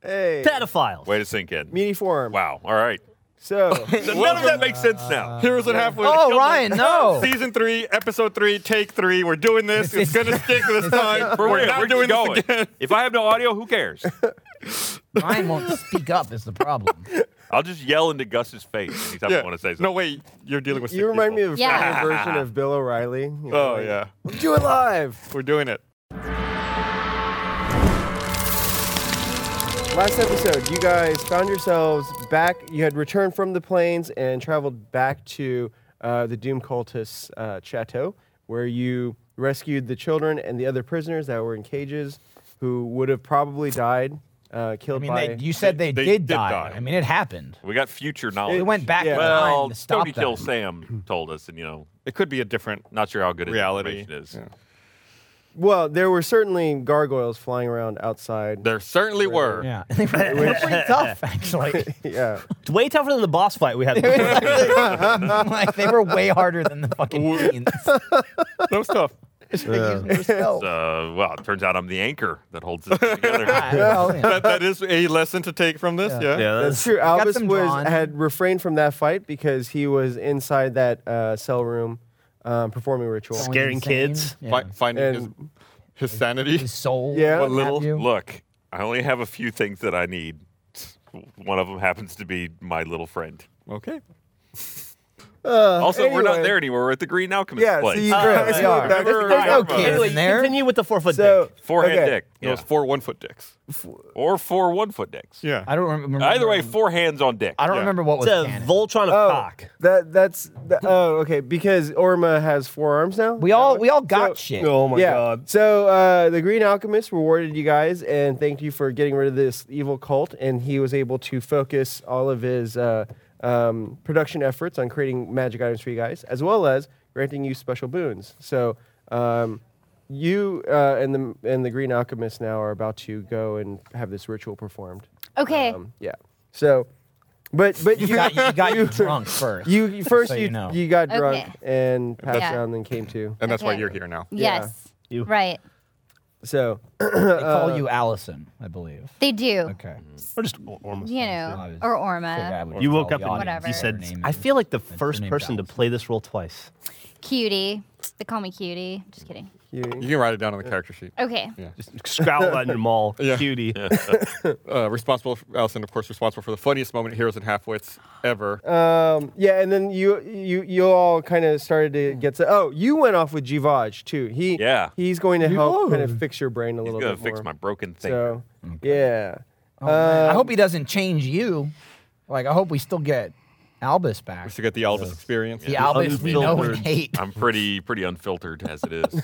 Hey, Pedophile. Way to sink in. meaty form. Wow. All right. So, None of that makes sense now. Heroes at halfway. Oh, Ryan, no. Season three, episode three, take three. We're doing this. It's gonna stick this time. For We're real, not we're doing going. this again. If I have no audio, who cares? Ryan won't speak up is the problem. I'll just yell into Gus's face anytime I want to say something. No, wait. You're dealing with. sick you remind me people. of Yeah. yeah. version of Bill O'Reilly. You know, Oh like, yeah, Do it live. we're doing it. Last episode, you guys found yourselves back. You had returned from the plains and traveled back to uh, the Doom Cultists' uh, chateau, where you rescued the children and the other prisoners that were in cages, who would have probably died, uh, I killed mean, by. they, you said they, they did, did die. die. I mean, it happened. We got future knowledge. It went back Yeah. in Well, time to stop Tony Kill them. Sam told us, and you know, It could be a different. not sure how good his Reality. information is. Yeah. well, there were certainly gargoyles flying around outside. There certainly were. Yeah, they were they were pretty tough actually. yeah. It's way tougher than the boss fight we had. like they were way harder than the fucking beans. That was tough. Uh, well, it turns out I'm the anchor that holds it together. That, that is a lesson to take from this. Yeah. yeah, That's true. got Albus some was drawn. had refrained from that fight because he was inside that uh, cell room um, performing rituals. Scaring kids. Yeah. Fi- finding his, And- his sanity. His soul. Yeah. what What have little you. Look, I only have a few things that I need. One of them happens to be my little friend. Okay. also, we're not Uh, anyway. there anymore. We're at the Green Alchemist Yeah, place. so you Uh, guys Oh, we go are. back- Remember, There's no Alpha. kids Anyway, in there. continue with the four foot So, dick. Four-hand okay. dick. It was Yeah. four one foot dicks. Or four one-foot dicks. Yeah. I don't rem- remember. Either way, four hands on dick. I don't yeah. remember what was It's a canon. Voltron of Oh, cock. that that's the, oh okay because Orma has four arms now. we all we all got shit. Oh my yeah. god. So uh, the Green Alchemist rewarded you guys and thanked you for getting rid of this evil cult, and he was able to focus all of his uh, um, production efforts on creating magic items for you guys, as well as granting you special boons. So um, you uh, and the and the Green Alchemist now are about to go and have this ritual performed. Okay. Um, yeah. So, but but You got you got you drunk first. You you- first so you you you, know. got Okay. drunk and passed Yeah. out and then came to. and that's why Okay. you're here now. yes. You- Right. So they call you Allison, I believe. They do. Okay. Mm-hmm. Or just or- or- You I know, was- or Uh, Figured I Orma, would You tell woke up the audience and Whatever. you what her said, name "I is. feel like the her first name person to Allison. play this role twice." cutie. They call me cutie. Just kidding. you You can write it down on the character sheet. Okay. Just scowl at your mall, Yeah. cutie. Uh, responsible, for, Allison, of course, responsible for the funniest moment at Heroes and Halfwits ever. Um, yeah, and then you you you all kind of started to get to. Oh, you went off with Jivaj too. He Yeah. He's going to help kind of fix your brain a He's little gonna bit fix more. my broken thing. so yeah. Oh, man. I hope he doesn't change you. Like I hope we still get Albus back. We should get the Elvis experience. the Albus we know and Unfiltered. hate. I'm pretty pretty unfiltered as it is.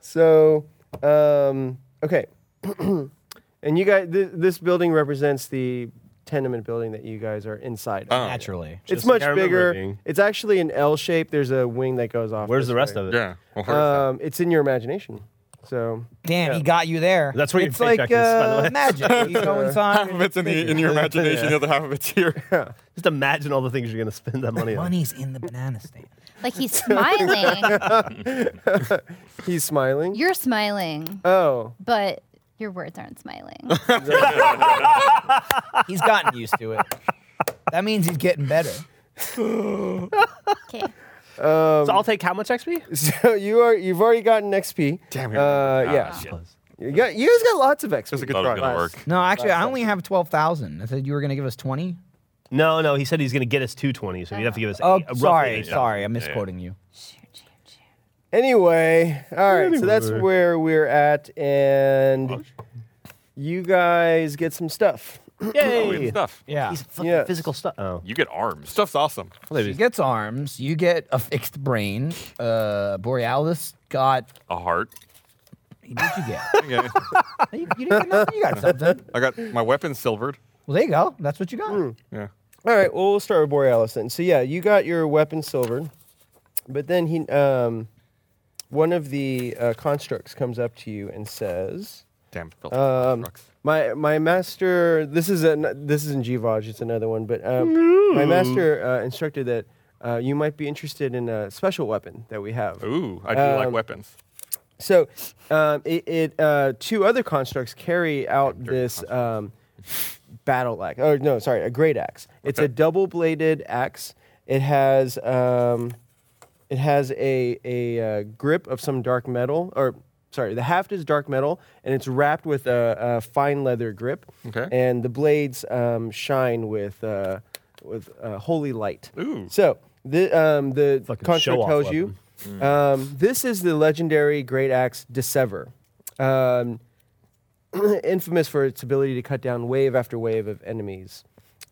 So um, okay, and you guys, th- this building represents the tenement building that you guys are inside. of. Oh. Naturally. It's Just much like I remember it bigger. being. It's actually an L shape. There's a wing that goes off. Where's this the rest way. of it? Yeah. Well, where is that? Um, it's in your imagination. So Damn, he got you there. That's where your it's like paycheck is, by the uh, way. magic. You go half inside. of it's in, the, in your imagination, the other half of it's here. Just imagine all the things you're gonna spend that money on. Money's in the banana stand. Like he's smiling. he's smiling. You're smiling, oh, but your words aren't smiling. He's gotten used to it. That means he's getting better. Okay. so I'll take how much XP? so you are you've already gotten XP. Damn it. Uh, yeah. Ah, shit. You got you guys got lots of XP. was a good Thought it was try. gonna work. No, actually, I only have twelve thousand. I said you were gonna give us twenty. No, no. He said he's gonna get us 220, so you have to give us. Oh, eight- roughly sorry, eight. sorry, I'm misquoting you. Anyway, all right. So that's where we're at, and you guys get some stuff. Oh, we have Yay! stuff. Yeah, He's fucking Yes. physical stuff. Oh. You get arms. Stuff's awesome. she gets arms. You get a fixed brain. Uh, Borealis got. A heart. What did you get? Okay. you, you didn't get nothing. You got something. I got my weapon silvered. Well, there you go. That's what you got. Yeah. All right, well, we'll start with Borealis then. So yeah, you got your weapon silvered, but then he, um, one of the uh, constructs comes up to you and says, Damn. Built um, rocks. "My my master, this is a this isn't Givage, it's another one, but um, my master uh, instructed that uh, you might be interested in a special weapon that we have. Ooh, I do like um, weapons. So um, it, it uh, two other constructs carry out this um, battle axe. Oh no, sorry, a great axe. It's a double-bladed axe. It has um, it has a a uh, grip of some dark metal, or sorry, the haft is dark metal, and it's wrapped with a, a fine leather grip. Okay. And the blades um, shine with uh, with uh, holy light. Ooh. So the um, the Fucking contract show-off tells weapon. you. Um, this is the legendary great axe Dissever, um, infamous for its ability to cut down wave after wave of enemies.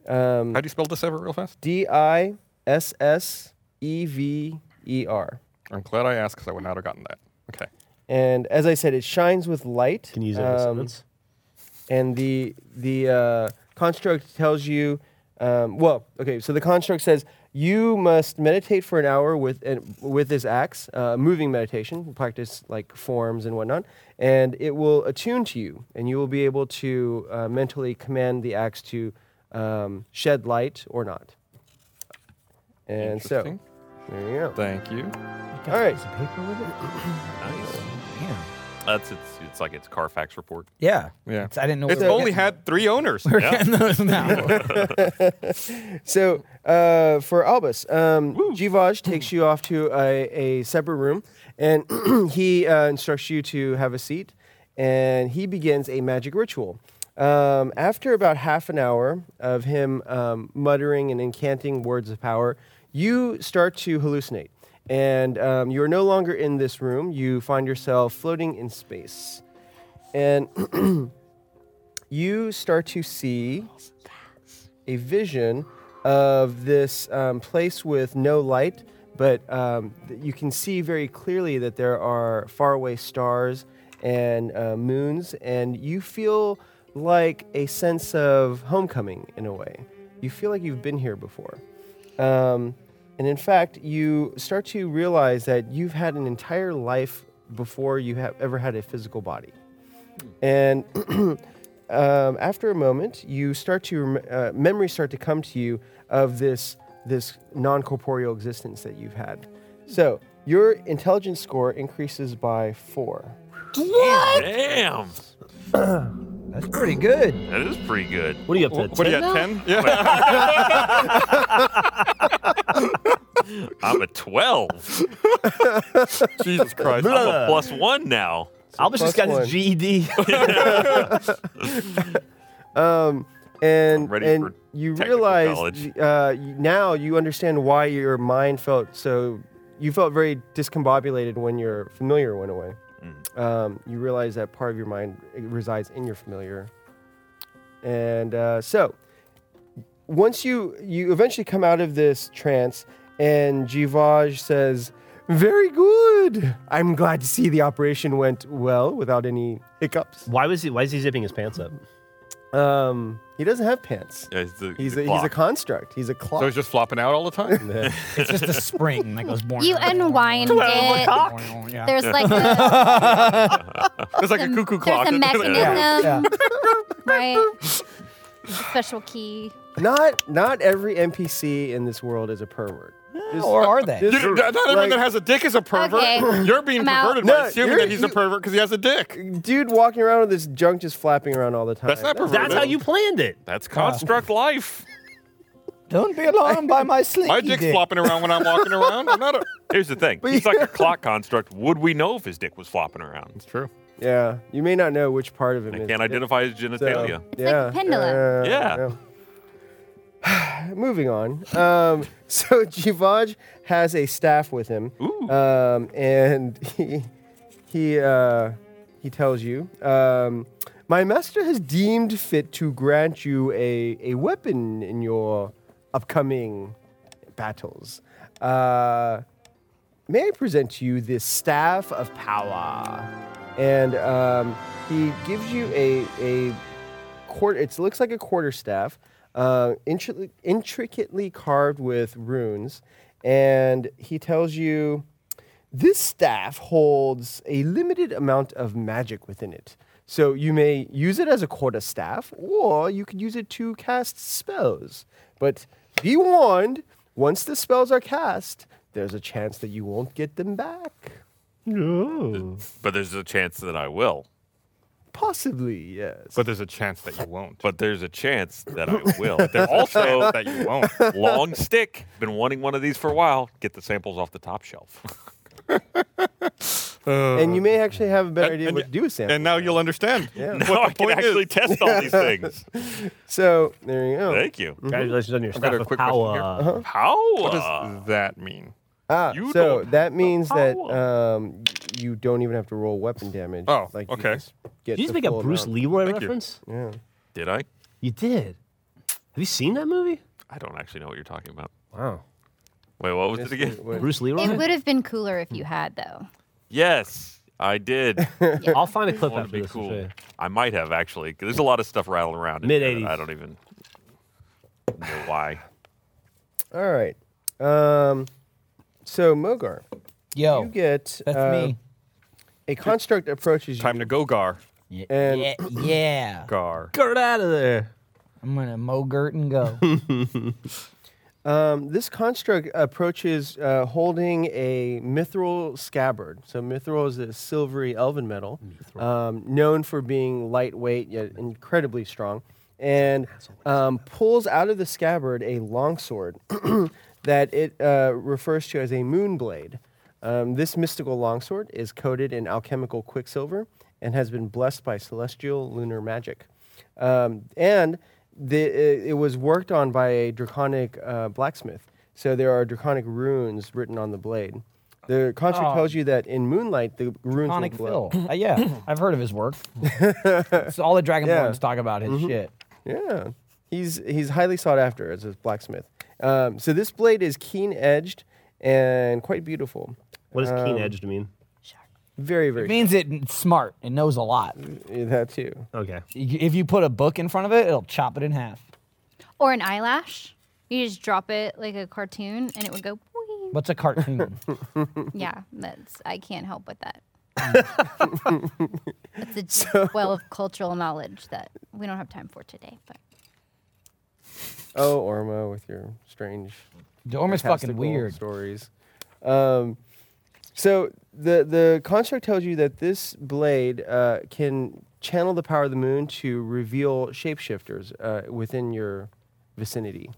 How do you spell this ever real fast? D I S S E V E R. I'm glad I asked because I would not have gotten that. Okay. And as I said, it shines with light. Can you use it in a um, sentence? and the the uh, construct tells you um, well okay so the construct says you must meditate for an hour with and with this axe uh, moving meditation practice like forms and whatnot and it will attune to you and you will be able to uh, mentally command the axe to um, shed light or not and so Interesting. there you go Thank you. You got All a right. piece of paper with it? Damn. That's it's, it's like its Carfax report. Yeah. Yeah. It's- I didn't know. It's we were only getting- had three owners. we were Yeah. getting those now. So uh, for Albus, um, Givaj takes you off to a, a separate room, and he uh, instructs you to have a seat, and he begins a magic ritual. Um, after about half an hour of him um, muttering and incanting words of power, you start to hallucinate, and um, you are no longer in this room. You find yourself floating in space, and you start to see a vision of this um, place with no light, but um, th- you can see very clearly that there are faraway stars and uh, moons, and you feel like a sense of homecoming in a way. You feel like you've been here before. Um, and in fact, you start to realize that you've had an entire life before you have ever had a physical body. And um, after a moment, you start to rem- uh, memories start to come to you of this this non corporeal existence that you've had. So your intelligence score increases by four. Damn, That's pretty good. that is pretty good. What are you up to? What do you 10 got? now? Ten? Yeah. I'm a twelve. Jesus Christ. I'm a plus one now. Albus just Plus got his one. GED. And ready and for you technical realize knowledge. th- uh, y- now you understand why your mind felt so. You felt very discombobulated when your familiar went away. Mm. Um, you realize that part of your mind resides in your familiar. And uh, so, once you you eventually come out of this trance and Givaj says, "Very good. I'm glad to see the operation went well without any hiccups." Why was he? Why is he zipping his pants up? Um, he doesn't have pants. Yeah, he's the, He's the a, he's a clock. construct. He's a clock. So he's just flopping out all the time? It's just a spring that goes born. You unwind it. Yeah. There's like a, It's like a cuckoo clock. there's a mechanism, Yeah. right? Special key. Not not every NPC in this world is a pervert. Just- Or are they? just- You- not everyone like, that has a dick is a pervert. Okay. You're being I'm out. perverted No, by assuming you're- that he's a you- pervert because he has a dick. dude walking around with this junk just flapping around all the time. That's not perverted. That's how you planned it. That's construct life. Don't be alarmed by my slinky My dick's dick. flopping around when I'm walking around. I'm not a. Here's the thing. He's like a clock construct. Would we know if his dick was flopping around? It's true. Yeah, you may not know which part of him. I is can't it. identify his So, genitalia. like yeah, the pendulum. Yeah. yeah. Moving on. Um, so Jivaj has a staff with him, Ooh. um, and he he uh, he tells you, um, "My master has deemed fit to grant you a a weapon in your upcoming battles. Uh, may I present to you this staff of power?" And um, he gives you a a quarter. It looks like a quarter staff, uh, intricately, intricately carved with runes, and he tells you this staff holds a limited amount of magic within it. So you may use it as a quarter staff, or you could use it to cast spells. But be warned: once the spells are cast, there's a chance that you won't get them back. But there's a chance that I will. Possibly, yes. But there's a chance that you won't. But there's a chance that I will. There's also also that you won't. long stick. Been wanting one of these for a while. Get the samples off the top shelf. and you may actually have a better idea what to do with samples. uh, And now you'll understand. now I can point actually is- test all these things. so there you go. Thank you. Congratulations on your I've got staff a of quick question power. here. Uh-huh. How? What uh, does that mean? Ah, You so don't that means that power. um, you don't even have to roll weapon damage. Oh, like you okay. just get Did you just the make a full Bruce amount. Leroy Thank you. reference? You. Did I? did. Have you seen that movie? I don't actually know what you're talking about. Wow. Wait, what was it again? What- Bruce Leroy? It would have been cooler if you had, though. Yes, I did. I'll find a clip Want to after be this. and show cool? you. I might have actually. 'cause There's a lot of stuff rattling around. in Mid here that 80s. I don't even know why. All right. Um, so Mogar, Yo, you get that's uh, me. a construct approaches you Time to go, Gar. and Yeah, yeah. Gar. Get out of there. I'm gonna mo Gert and go. Um, this construct approaches uh, holding a mithril scabbard. So mithril is a silvery elven metal, um, known for being lightweight yet incredibly strong, and um, pulls out of the scabbard a longsword that it uh, refers to as a moonblade. Um, this mystical longsword is coated in alchemical quicksilver and has been blessed by celestial lunar magic. Um, and the, it, it was worked on by a draconic uh, blacksmith. So there are draconic runes written on the blade. The contract Oh. tells you that in moonlight, the runes Sonic will glow. Phil. Uh, yeah, I've heard of his work. so all the Dragonborns Yeah. talk about his shit. Yeah, he's he's highly sought after as a blacksmith. Um, so this blade is keen edged and quite beautiful. What does Um, keen edged mean? Very very It means it- it's smart. It knows a lot. Yeah, that too. Okay. Y- If you put a book in front of it, it'll chop it in half. Or an eyelash. You just drop it like a cartoon, and it would go. boing. What's a cartoon? Yeah, that's. I can't help with that. it's a deep well of cultural knowledge that we don't have time for today. But Oh Ormo with your strange Dorm is fucking fantastical weird. stories. Um, so the the construct tells you that this blade uh, can channel the power of the moon to reveal shapeshifters uh, within your vicinity.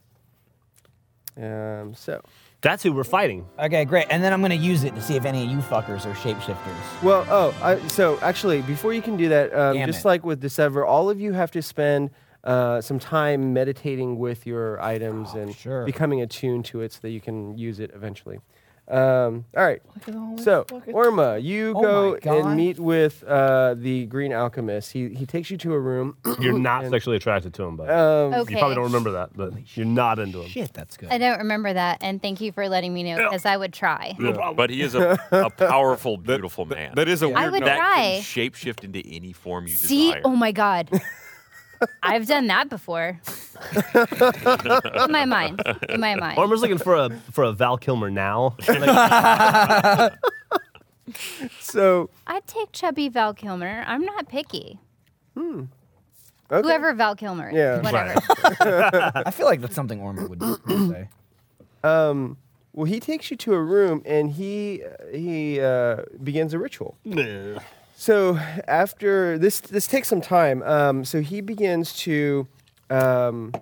Um, so, That's who we're fighting. Okay, great. And then I'm gonna use it to see if any of you fuckers are shapeshifters. well, oh, I, so actually, before you can do that, um, Damn just it. like with Dissever, all of you have to spend uh, some time meditating with your items and Oh, sure. becoming attuned to it so that you can use it eventually. Um, all right. So, Orma, you Oh go my God. and meet with uh, the Green Alchemist. He, he takes you to a room. You're Um, not sexually attracted to him, but okay, Oh, you probably don't remember that, but you're not into him. Shit, that's good. I don't remember that, and thank you for letting me know because I would try. But he is a, a powerful, beautiful man. That is a weird I would note. that can try. shapeshift into any form you See, desire. oh my god, I've done that before. in my mind, in my mind. Armor's looking for a for a Val Kilmer now. So, I'd take chubby Val Kilmer. I'm not picky. Hmm. okay. Whoever Val Kilmer is, Yeah. whatever. I feel like that's something Ormond would do, say. Well, he takes you to a room and he he uh, begins a ritual. So after this, this takes some time. Um, so he begins to um,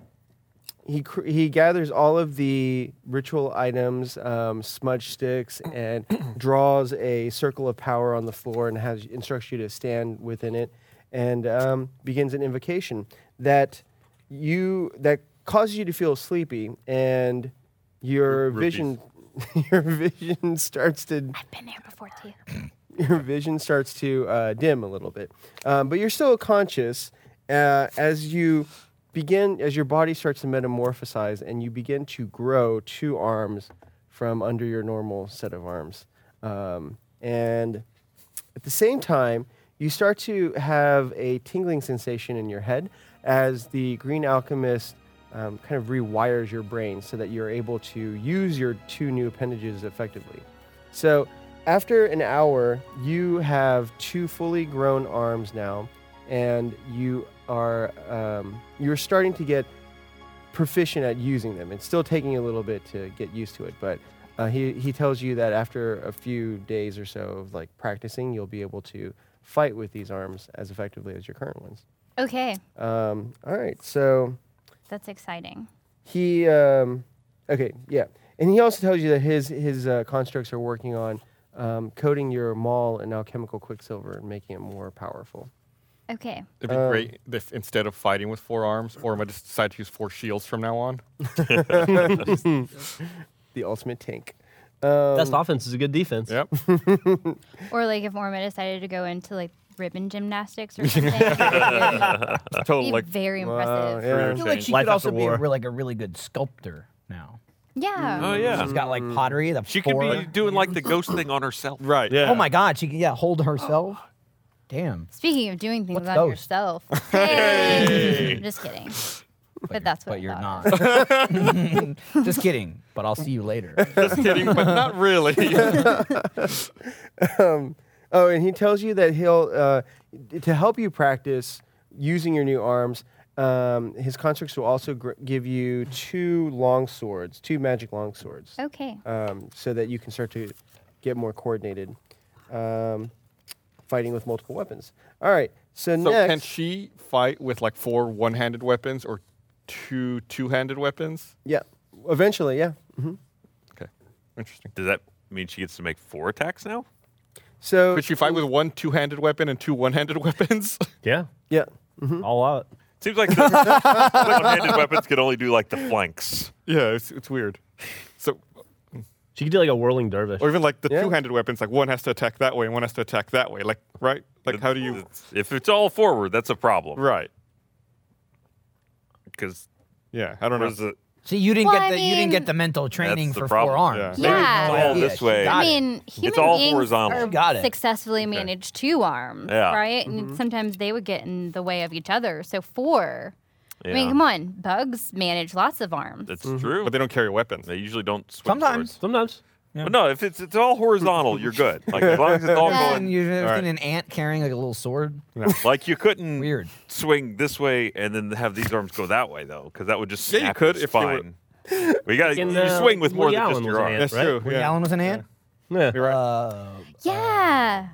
he cr- he gathers all of the ritual items, um, smudge sticks, and draws a circle of power on the floor and has instructs you to stand within it, and um, begins an invocation that you that causes you to feel sleepy and your vision your vision starts to I've been there before too. your vision starts to uh, dim a little bit, um, but you're still conscious uh, as you begin as your body starts to metamorphosize and you begin to grow two arms from under your normal set of arms, um, and at the same time you start to have a tingling sensation in your head as the Green Alchemist um, kind of rewires your brain so that you're able to use your two new appendages effectively. So, after an hour, you have two fully grown arms now, and you are um, you're starting to get proficient at using them. It's still taking you a little bit to get used to it, but uh, he he tells you that after a few days or so of like practicing, you'll be able to fight with these arms as effectively as your current ones. Okay, Um, all right, so that's exciting. he um, okay yeah and he also tells you that his his uh, constructs are working on um, coating your maul in alchemical quicksilver and making it more powerful Okay. It'd be great Um, if instead of fighting with four arms, or I just decide to use four shields from now on. the ultimate tank Best offense is a good defense. Um, Yep. Or like if Orma decided to go into like ribbon gymnastics or something. that'd Total be like very Wow, impressive. yeah. I career feel like change. she Life could also after be a war. re- like a really good sculptor now. Yeah. Oh She's yeah. got like pottery. The She could four. be doing like the ghost thing on herself. Right. Yeah. Oh my God, she can yeah hold herself. Damn. Speaking of doing things What's on those? yourself. Hey! I'm just kidding. But, that's what But I you're thought. not. Just kidding. But I'll see you later. Just kidding, but not really. Oh, and he tells you that he'll uh, d- to help you practice using your new arms. Um, his constructs will also gr- give you two long swords, two magic long swords, Okay. um, so that you can start to get more coordinated, um, fighting with multiple weapons. All right. So, So next, can she fight with like four one-handed weapons or two two-handed weapons? yeah, eventually, yeah. mm-hmm. Okay, interesting. Does that mean she gets to make four attacks now? So Could she fight with one two-handed weapon and two one-handed weapons? Yeah. yeah, mm-hmm. All out. Seems like the- like one-handed weapons could only do like the flanks. yeah, it's, it's weird. So, She could do like a whirling dervish. or even like the Yeah. two-handed weapons, like one has to attack that way and one has to attack that way. Like, right? Like, how do you? If it's all forward, that's a problem. Right. Because Yeah, I don't know. where's the See, you didn't Well, get I the you didn't mean- get the mental training the for four problem, arms. yeah. Yeah. It's all Yeah, this she way. got I it. mean, human all beings horizontal. are Got it. Mm-hmm. successfully manage two arms, Yeah. right? And sometimes they would get in the way of each other. So four. I mean, Yeah. come on. Bugs manage lots of arms. That's true. Mm-hmm. But they don't carry weapons. They usually don't switch Sometimes. swords. Sometimes. But no, if it's it's all horizontal, you're good. Like as long as it's all And Yeah. going, you've ever All seen right. an ant carrying like a little sword? like you couldn't Weird. swing this way and then have these arms go that way though, because that would just Yeah, you snap could your if you were- spine. We got in, you uh, swing with more Woody than Allen just your was an arm. ant. That's Right? true. Woody yeah. Allen was an ant. Yeah. You're right. Uh, yeah.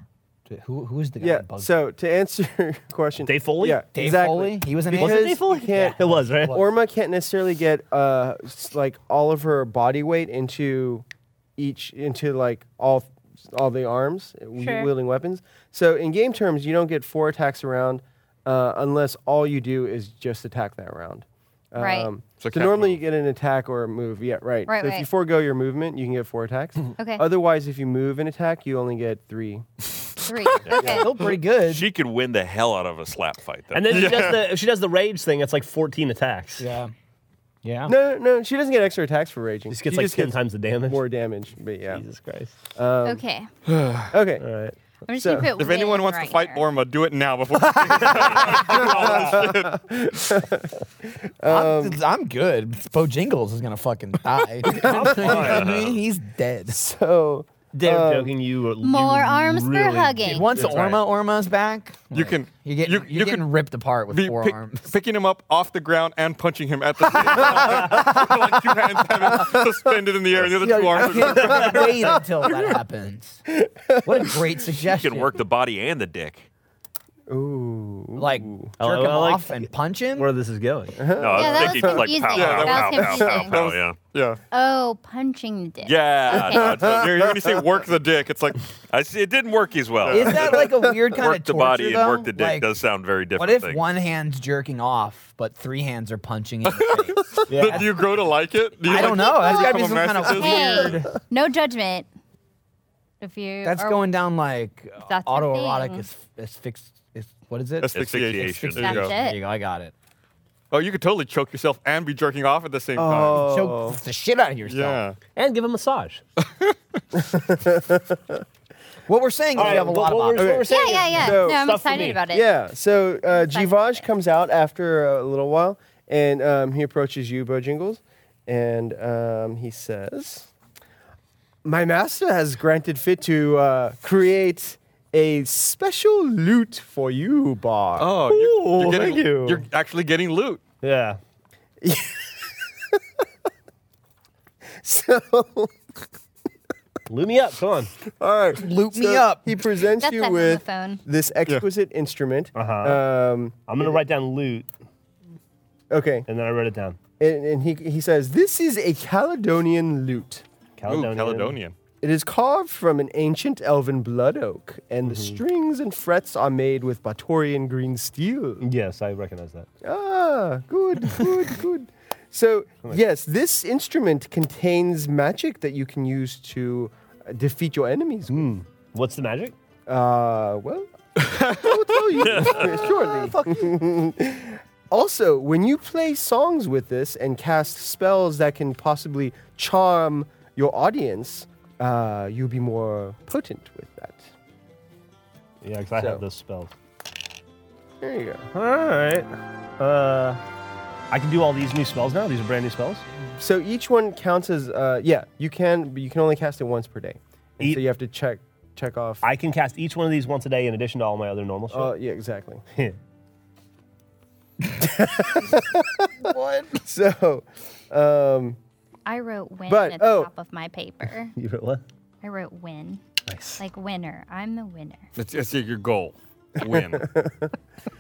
who who is the guy? yeah. that bugs- So to answer your question, Dave Foley? yeah, Dave exactly. Foley. He was an Because ant. you can't- It was, right? Orma can't necessarily get uh s- like all of her body weight into each into like all all the arms uh, w- Sure. wielding weapons. So in game terms, you don't get four attacks a round uh, unless all you do is just attack that round. Um, Right. So So, I can't normally move. you get an attack or a move. Yeah, right. Right, so if you right. forego your movement, you can get four attacks. Okay. Otherwise, if you move and attack, you only get three. Three. Okay. Still pretty good. She could win the hell out of a slap fight. Though. And then she does the if she does the rage thing. It's like 14 attacks. yeah. Yeah. No, no, no, she doesn't get extra attacks for raging. This gets she like just 10 times the damage. more damage. But yeah. Jesus Christ. okay. Okay. All right. I'm just So, gonna put If anyone win wants right to fight here. Orma, do it now before. All I'm, I'm good. Bo Jingles is gonna fucking die. I mean, he's dead. So They're Um, joking. You more you arms for really hugging. Once That's Orma right. Orma's back, You can- you get you- you're you getting can ripped apart with Be four pick- arms. picking him up off the ground and punching him at the same time. like two hands having suspended in the air and the other two I arms. are- can't wait until that happens. What a great she suggestion! can work the body and the dick. like I jerk him like off and punch him. Where this is going. No, I Yeah, that was was thinking like pow, confusing. pow, pow, That was pow, pow, confusing. pow, yeah. Yeah. Oh, punching dick. Yeah, no, it's a- You're, you're going to say work the dick. It's like, I see, it didn't work as well. Is that like a weird kind work of torture the body though? and work the dick Like, does sound very different. What if things. one hand's jerking off, but three hands are punching in the face? do you grow to like it? Do you I like don't know. That's gotta be become some a kind of masochist? Hey, weird. no judgment. If you That's are- going down like That's a autoerotic thing. as, fixed. Is, what is it? Asphyxiation. Asphyxiation. There you That's go. it. There you go. I got it. Oh, you could totally choke yourself and be jerking off at the same time. Oh. Choke the shit out of yourself. Yeah. And give a massage. What we're saying is we have a lot of what, options. we're, what we're saying Yeah, yeah, is- yeah. So- no, I'm Stuff for excited me. about it. Yeah. So uh, Jivaj comes out after a little while, and um, he approaches you, Bojingles, and um, he says, "My master has granted fit to uh, create a special loot for you, Bar. Oh, you're, you're Ooh, getting, thank you. are actually getting loot. Yeah. So, all Loot me up. Come on. right, Loot me So up. He presents That's you that with homophone. this exquisite instrument. Uh-huh. Um, I'm gonna write down loot, okay, and then I wrote it down. and, and he he says, "This is a Caledonian lute." Ooh, Caledonian. It is carved from an ancient elven blood oak, and the strings and frets are made with Batorian green steel. Yes, I recognize that. Ah, good, good, good. So, yes, this instrument contains magic that you can use to uh, defeat your enemies. with. What's the magic? Uh, well, I will tell you shortly. also, when you play songs with this and cast spells that can possibly charm your audience, uh, you'll be more potent with that. Yeah, because I So. have this spell. There you go. All right. Uh, I can do all these new spells now. These are brand new spells. So each one counts as uh, yeah. You can, but you can only cast it once per day. And Eat- so you have to check check off. I can cast each one of these once a day in addition to all my other normal uh, spells. yeah, exactly. What? So, um, I wrote win But- at the oh. top of my paper. you wrote what? I wrote win. Nice. Like winner. I'm the winner. That's, that's your goal. Win.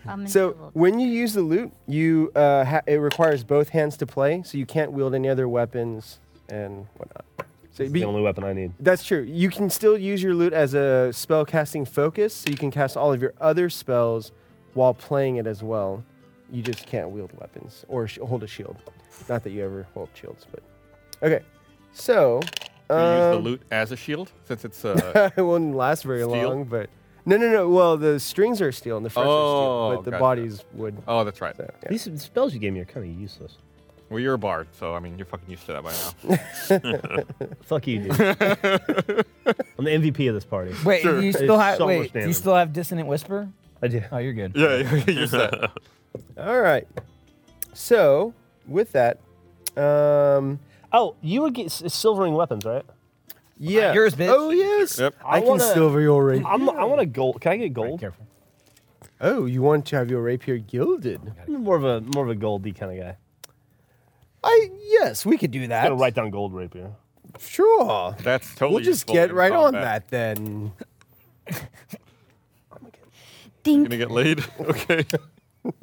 I'm gonna do a so little- when you use the loot, you uh, ha- it requires both hands to play, so you can't wield any other weapons and whatnot. So It's be- the only weapon I need. that's true. You can still use your loot as a spell casting focus, so you can cast all of your other spells while playing it as well. You just can't wield weapons or sh- hold a shield. Not that you ever hold shields, but okay. So Do you use the um, loot as a shield since it's uh, it won't last very Steel? long, but no, no, no. Well, the strings are steel and the frets are Oh, steel, but the gotcha. bodies would. oh that's right. So, yeah. These spells you gave me are kind of useless. Well, you're a bard, so I mean you're fucking used to that by now. Fuck you, dude. I'm the MVP of this party. Wait, you still It's have so wait, much do you damage. still have dissonant whisper? I do. Oh, you're good. yeah, you're used to that. All right. So with that, um, Oh, you would get s- silvering weapons, right? yeah. yours, bitch. Oh yes. Yep. I, I can wanna- silver your rapier. I'm, I want a gold. Can I get Be gold? careful. Oh, you want to have your rapier gilded? I'm more of a more of a goldy kind of guy. I yes, we could do I'm that. gonna write down gold rapier. Sure. That's totally. we'll just useful get in right on combat. that then. Ding. Gonna get laid? Okay.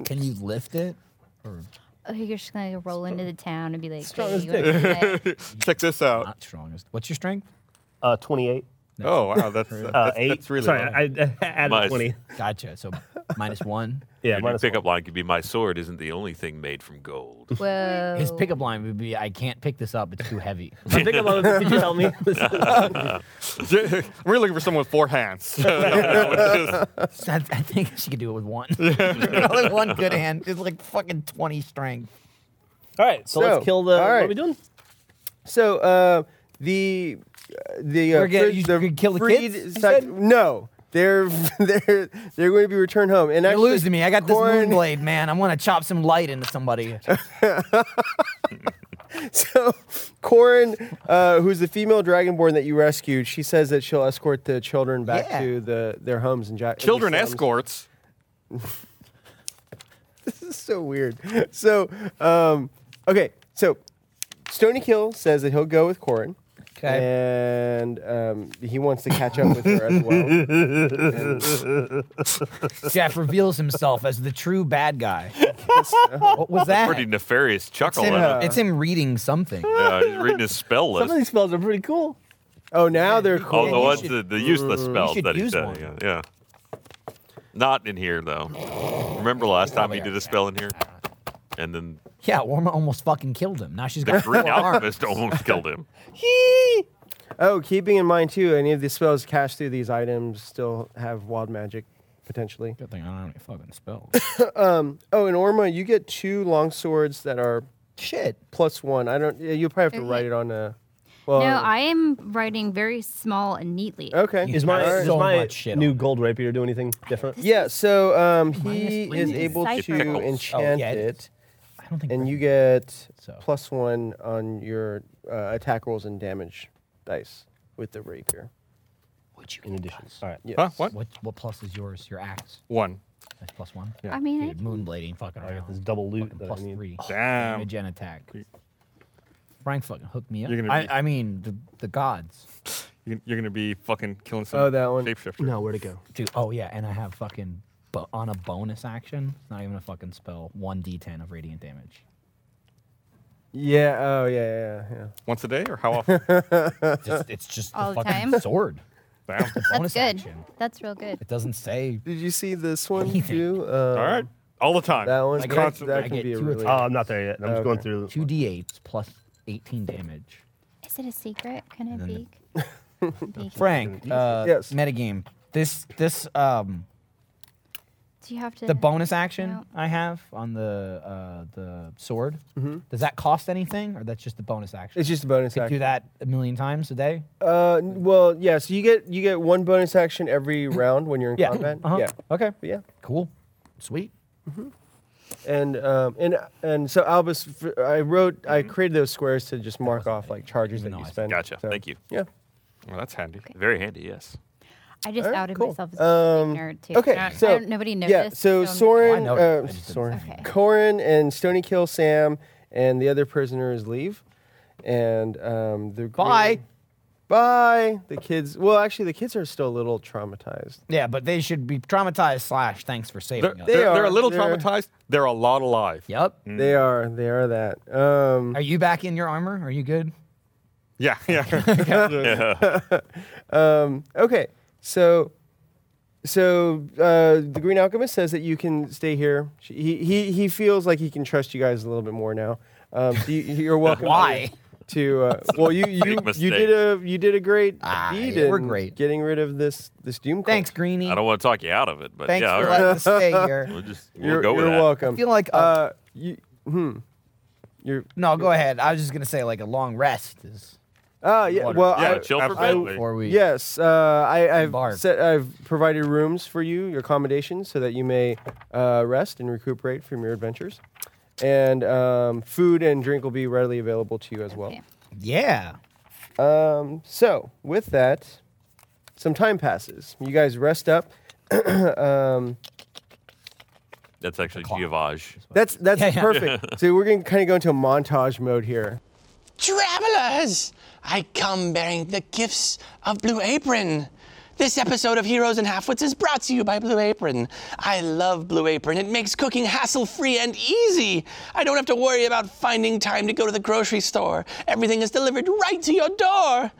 Can you lift it? Or Oh, you're just gonna roll into the town and be like, Strong hey, as you wanna play? Check this out. not strongest? What's your strength? Uh, 28. Oh wow, that's that's, Uh, that's, eight. really Sorry, low. I, I added Nice. 20. Gotcha. So minus one. Yeah, Your new minus pickup one. line could be my sword isn't the only thing made from gold. Whoa. His pickup line would be, "I can't pick this up. It's too heavy." My pickup line. was, Could you help me? We're really looking for someone with four hands. I, I think she could do it with one. like one good hand. It's like fucking twenty strength. all right, so, So, let's kill the. all What right. are we doing? So uh, the uh, the uh, We're gonna- frid- you- the you kill the freed kids, you sac- said? no, they're they're they're going to be returned home. And You're actually, losing me. I got this Corrin- moon blade, man. I'm gonna chop some light into somebody. So, Corin, uh, who's the female dragonborn that you rescued, she says that she'll escort the children back Yeah. to the their homes in Jack. Children in the slums. escorts. This is so weird. So, um, okay, so Stony Kill says that he'll go with Corin. 'Kay. And um, he wants to catch up with her as well. Jeff reveals himself as the true bad guy. what was that? Pretty nefarious chuckle. it's, him, at him. it's him reading something. Yeah, he's reading his spell Some of list. these spells are pretty cool. Oh, now they're Oh, cool. the you ones, should- Mm, the, the useless spells should that he use said. one. Yeah, yeah. Not in here though. Remember last time he did a spell in here, and then Yeah, Worma almost fucking killed him. Now she's the got four green arms. alchemist almost killed him. Oh, keeping in mind, too, any of the spells cast through these items still have wild magic, potentially. Good thing I don't have any fucking spells. Oh, and Orma, you get two long swords that are Shit. plus one. Oh, I don't. yeah, You'll probably have to write it on a. Well, No, I am writing very small and neatly. okay. Is All my, does right. So my much shit new on it. gold rapier do anything different? Yeah, so um, he three is to able decipher. to Pickles. Oh, enchant yeah, it, I don't think. and you get So. plus one on your uh, attack rolls and damage dice with the rapier. What you In addition. All right. Yes. Huh? What? What what plus is yours? Your axe. One. That's plus one. I mean, I Dude, moonblading ain't fucking I around. got this double loot Fucking that I plus need. Oh, three. Oh, Damn. Damage and attack. Frank fucking hooked me up. You're gonna I, be- I mean, the, the gods. You're, you're gonna be fucking killing some. Oh, that one. Shapeshifter. No, where to go? Dude, oh yeah, and I have fucking but on a bonus action. It's not even a fucking spell. One d10 of radiant damage. Yeah. Oh, yeah, yeah, yeah. Once a day or how often? It's just, it's just All the the fucking time? sword. Damn. The bonus that's good. action. That's real good. It doesn't say. Did you see this one Anything. too? Um, All right. All the time. That one. It's I get- constantly. that I can get be two really. Oh, I'm not there yet. I'm just going Okay. through. Two d8s plus 18 damage. Is it a secret? Can I then the- peek? Peek. Frank, uh, Yes. metagame. This this um Do you have to? the bonus action No. I have on the uh, the sword. Does that cost anything, or that's Mm-hmm. just the bonus action? It's just a bonus Could action. do that a million times a day. Uh, n- well, yeah. So you get you get one bonus action every round when you're in Yeah. combat. Uh-huh. Yeah. Okay. But yeah. Cool. Sweet. And um and and so Albus, f- I wrote I Mm-hmm. created those squares to just mark off like charges that Even you though I- spend. Gotcha. So, Thank you. Yeah. Well, that's handy. Very handy. Yes. I just Alright, outed cool. myself as a Um, nerd too. okay, I don't- I so- don't- nobody noticed. yeah. So I'm- Soren, I noticed. uh, I just didn't Soren, say anything. Corin, and Stony kill Sam, and the other prisoners leave, and um the Bye. green- Bye. The kids. Well, actually, the kids are still a little traumatized. Yeah, but they should be traumatized. Slash, thanks for saving They're, us. they're, they're are- a little they're- traumatized. They're a lot alive. Yep. Mm. They are. They are that. Um. Are you back in your armor? Are you good? Yeah. Yeah. Um, okay, so so uh, the Green Alchemist says that you can stay here. She- He, he he feels like he can trust you guys a little bit more now. Um, so you, you're welcome. Why? To uh, well, you you, Big you did a you did a great Ah, deed. yeah, we're in great. Getting rid of this this doom. Cult. Thanks, Greenie. I don't want to talk you out of it, but Thanks yeah. All for right. letting us stay here. We'll just we'll You're, go with you're that. welcome. I feel like a- uh, you, hmm. You're No, go ahead. I was just gonna say like a long rest is ah yeah. Water. Well, Yeah, I, chill for I- Bentley. before we. Yes, uh, I, Barb. I've set, I've provided rooms for you, your accommodations, so that you may uh, rest and recuperate from your adventures. And um, food and drink will be readily available to you as well. Okay. Yeah. Um, so, with that, some time passes. You guys rest up. um, That's actually Giovage. that's that's Yeah, yeah. perfect. so we're gonna kind of go into a montage mode here. Travelers! I come bearing the gifts of Blue Apron. This episode of Heroes and Halfwits is brought to you by Blue Apron. I love Blue Apron. It makes cooking hassle free and easy. I don't have to worry about finding time to go to the grocery store. Everything is delivered right to your door.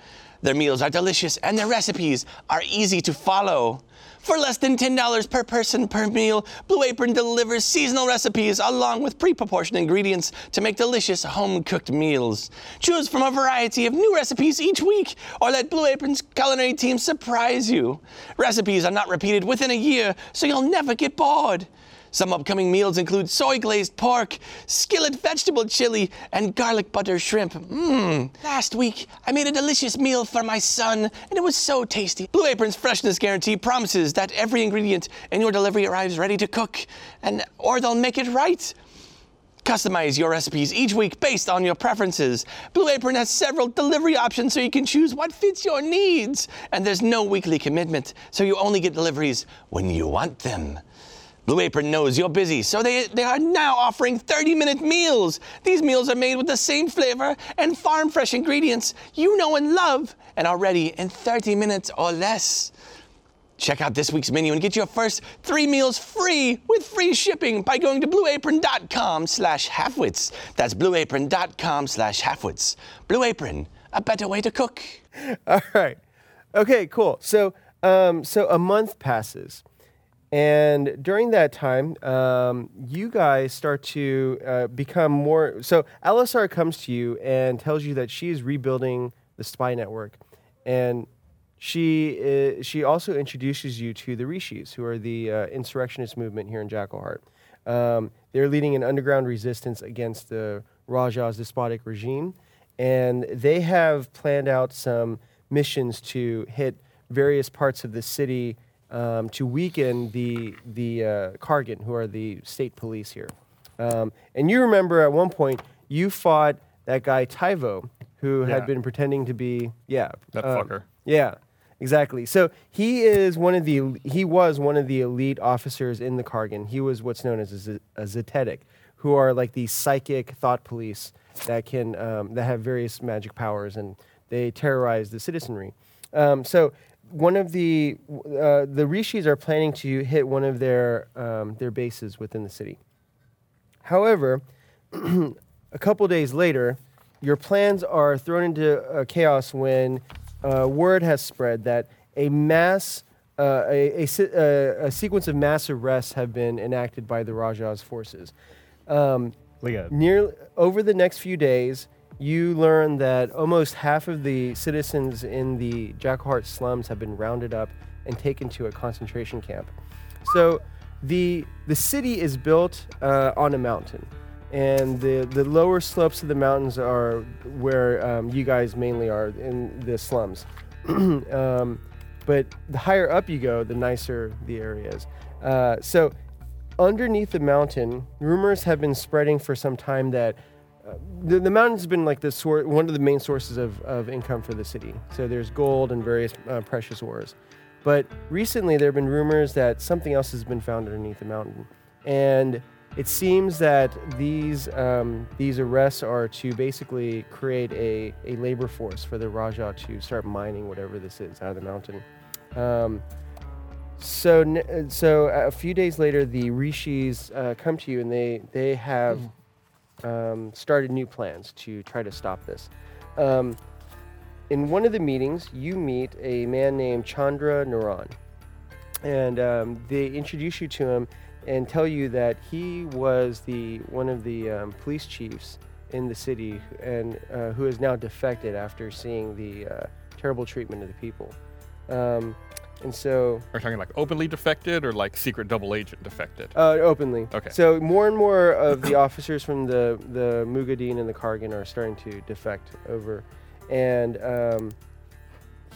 Their meals are delicious and their recipes are easy to follow. For less than $10 per person per meal, Blue Apron delivers seasonal recipes along with pre proportioned ingredients to make delicious home cooked meals. Choose from a variety of new recipes each week or let Blue Apron's culinary team surprise you. Recipes are not repeated within a year, so you'll never get bored. Some upcoming meals include soy glazed pork, skillet vegetable chili, and garlic butter shrimp. Mmm. Last week, I made a delicious meal for my son, and it was so tasty. Blue Apron's freshness guarantee promises that every ingredient in your delivery arrives ready to cook, and or they'll make it right. Customize your recipes each week based on your preferences. Blue Apron has several delivery options so you can choose what fits your needs. And there's no weekly commitment, so you only get deliveries when you want them. Blue Apron knows you're busy, so they, they are now offering 30 minute meals. These meals are made with the same flavor and farm fresh ingredients you know and love and are ready in 30 minutes or less. Check out this week's menu and get your first three meals free with free shipping by going to blueapron.com slash halfwits. That's blueapron.com slash halfwits. Blue Apron, a better way to cook. All right. Okay, cool. So, um, so a month passes, and during that time, um, you guys start to uh, become more. So, Alisar comes to you and tells you that she is rebuilding the spy network, and she i she also introduces you to the Rishis, who are the uh, insurrectionist movement here in Jackalheart. Um, they're leading an underground resistance against the Raja's despotic regime, and they have planned out some missions to hit various parts of the city um, to weaken the the uh, Kargan, who are the state police here. Um, and you remember at one point you fought that guy Tyvo, who Yeah. had been pretending to be yeah That um, fucker. yeah, exactly. So he is one of the he was one of the elite officers in the Kargan. He was what's known as a, Z- a zetetic, who are like the psychic thought police that can um, that have various magic powers and they terrorize the citizenry. Um, so one of the uh, the rishis are planning to hit one of their um, their bases within the city. However, a couple days later, your plans are thrown into uh, chaos when uh, word has spread that a mass, uh, a, a, se- uh, a sequence of mass arrests have been enacted by the Rajah's forces. Um, Like a near over the next few days, you learn that almost half of the citizens in the Jackhart slums have been rounded up and taken to a concentration camp. So, the the city is built uh, on a mountain, and the the lower slopes of the mountains are where um, you guys mainly are in the slums. um, but the higher up you go, the nicer the area is. Uh, so underneath the mountain, rumors have been spreading for some time that uh, the, the mountain's been like the sor- one of the main sources of, of income for the city. So there's gold and various uh, precious ores. But recently, there have been rumors that something else has been found underneath the mountain, and it seems that these um, these arrests are to basically create a, a labor force for the Rajah to start mining whatever this is out of the mountain. Um, so, n- uh, so a few days later, the rishis uh, come to you, and they they have um, started new plans to try to stop this. Um, in one of the meetings, you meet a man named Chandra Naran, and um, they introduce you to him and tell you that he was the one of the um, police chiefs in the city, and uh, who has now defected after seeing the uh, terrible treatment of the people. Um, and so Are you talking like openly defected or like secret double agent defected? uh, openly. Okay. So more and more of the officers from the the Mugadin and the Kargan are starting to defect over, and um,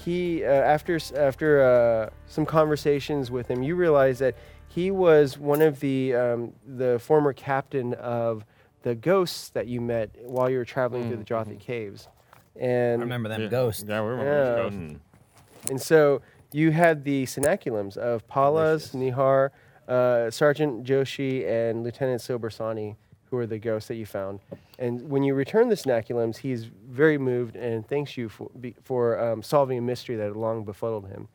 he uh, after s- after uh, some conversations with him, you realize that he was one of the um, the former captain of the ghosts that you met while you were traveling through the Jothi caves, and I remember them ghosts. yeah, we remember Yeah. those ghosts. and so you had the synaculums of Palas, Nihar, uh, Sergeant Joshi, and Lieutenant Sobersani, who are the ghosts that you found. And when you return the synaculums, he's very moved and thanks you for, be, for um, solving a mystery that had long befuddled him.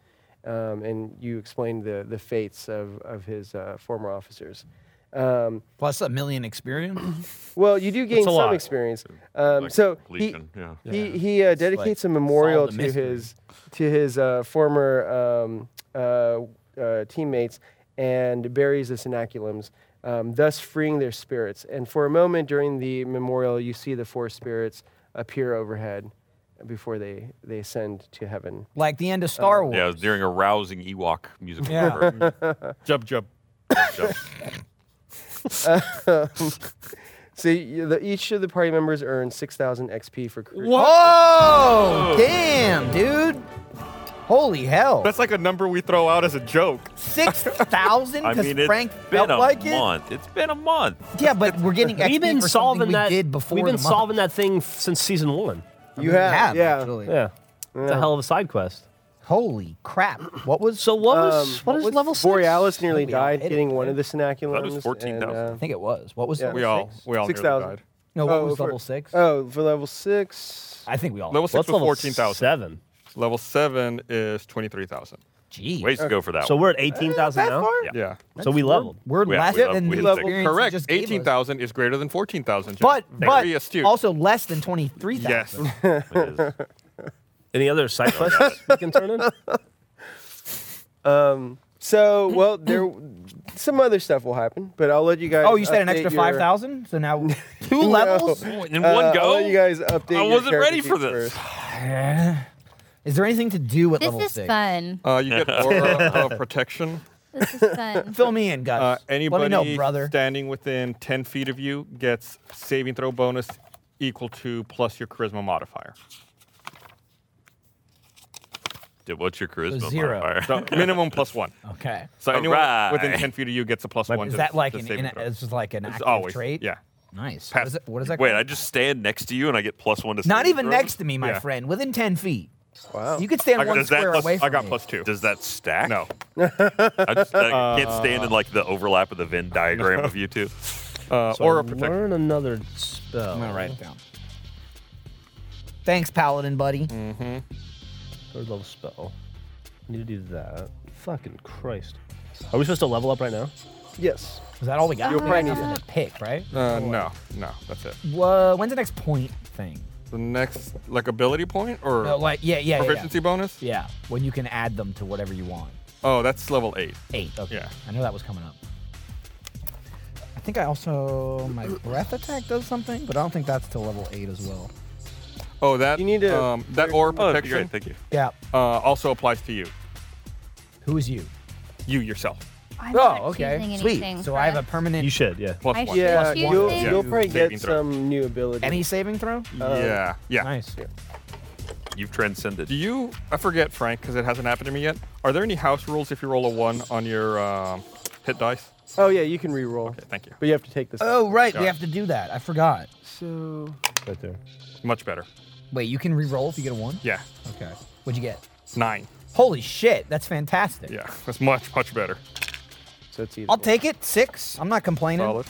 Um, and you explained the, the fates of, of his uh, former officers. Um, Plus a million experience. well, you do gain a some lot. experience. Um, Like so he, Legion, yeah. he he uh, dedicates a memorial solve to the mystery. his to his uh, former um, uh, uh, teammates and buries the synaculums, um, thus freeing their spirits. And for a moment during the memorial, you see the four spirits appear overhead before they they ascend to heaven. like the end of Star Wars. Uh, Yeah, it was during a rousing Ewok musical. Yeah. number. Jub jub. So, So you, the, each of the party members earn six thousand XP for. Cre- Oh. Whoa! Oh, Damn, dude. Holy hell. That's like a number we throw out as a joke. 6,000 I because mean, it's Frank been felt a like month. It's been a month. it. Yeah, but we're getting XP we've been for something solving we that. did before we've been the month. solving that thing f- since season one. you We have, yeah. actually. Yeah. It's a hell of a side quest. Holy crap. What was So what was Um, what is was- level six? Borealis nearly Holy died hell. getting one of the synaculums. That was 14,000. and, uh, I think it was. What was Yeah. We level all six? we all Six nearly thousand. died. No, what Oh, was for- level 6? Oh, for level six. I think we all Level six What's was level fourteen thousand. Seven. Level seven is twenty three thousand. Gee. Ways to go for that So one. we're at eighteen thousand now. Yeah. Yeah. So we leveled. We're Yeah, less we love- than we the love- experience you Correct. just gave us. Eighteen thousand is greater than fourteen thousand. But, but very astute. also less than 23,000. yes. It is. Any other side quests we can turn in? Um, So, well, there some other stuff will happen, but I'll let you guys. Oh, you said an update extra your- 5,000? So now two levels? In Uh, one I'll go? let you guys update. I your wasn't character ready for sheets this. first. Is there anything to do at This level is 6? fun. Uh, you get aura of protection. This is fun. Fill me in, guys. Uh, Let me anybody know, brother. standing within 10 feet of you gets saving throw bonus equal to plus your charisma modifier. Did- What's your charisma zero. modifier? So minimum plus one. Okay. So anyone Alright. within ten feet of you gets a plus one. Is to that the- like the an, saving an throw. it's just like an It's active always trait? yeah. Nice. What is, it, what is that? Wait, I just stand next to you and I get plus one to. Not saving even throws? next to me, my Yeah. friend. Within ten feet. Wow. You could stand I got, one does that square plus, away from I got me. plus two. Does that stack? no. I just I can't stand in like the overlap of the Venn diagram of you two. Uh, So or a protection. Learn another spell. I'm gonna write it down. Thanks, Paladin, buddy. Mm. Third level spell. Need to do that. Fucking Christ. Are we supposed to level up right now? Yes. Is that all we got? You'll probably need Just a pick, right? Uh, no, no, that's it. Wha- when's the next point thing? The next, like ability point or No, like yeah, yeah, yeah, proficiency yeah. bonus. Yeah, when you can add them to whatever you want. Oh, that's level eight. Eight. Okay. Yeah. I know that was coming up. I think I also my breath attack does something, but I don't think that's till level eight as well. Oh, that You need to- um, that aura Oh, that'd be protection great. Thank you. Yeah. uh, also applies to you, Who is you? you yourself. I'm Oh, not choosing okay. anything, Sweet. So I have a Fred. permanent. You should, yeah. Plus I one. should Yeah, choose you'll, things. Yeah. you'll probably Saving get throw. some new ability. Any saving throw? yeah, yeah. Nice. You've transcended. Do you? I forget, Frank, because it hasn't happened to me yet. Are there any house rules if you roll a one on your um, hit dice? Oh yeah, you can re-roll. Okay, thank you. But you have to take this. Oh right, we Got have to do that. I forgot. So Right there. Much better. Wait, you can re-roll if you get a one. Yeah, Okay. What'd you get? nine. Holy shit, that's fantastic. Yeah, that's much much better. so it's I'll take it. Six. I'm not complaining. Solid.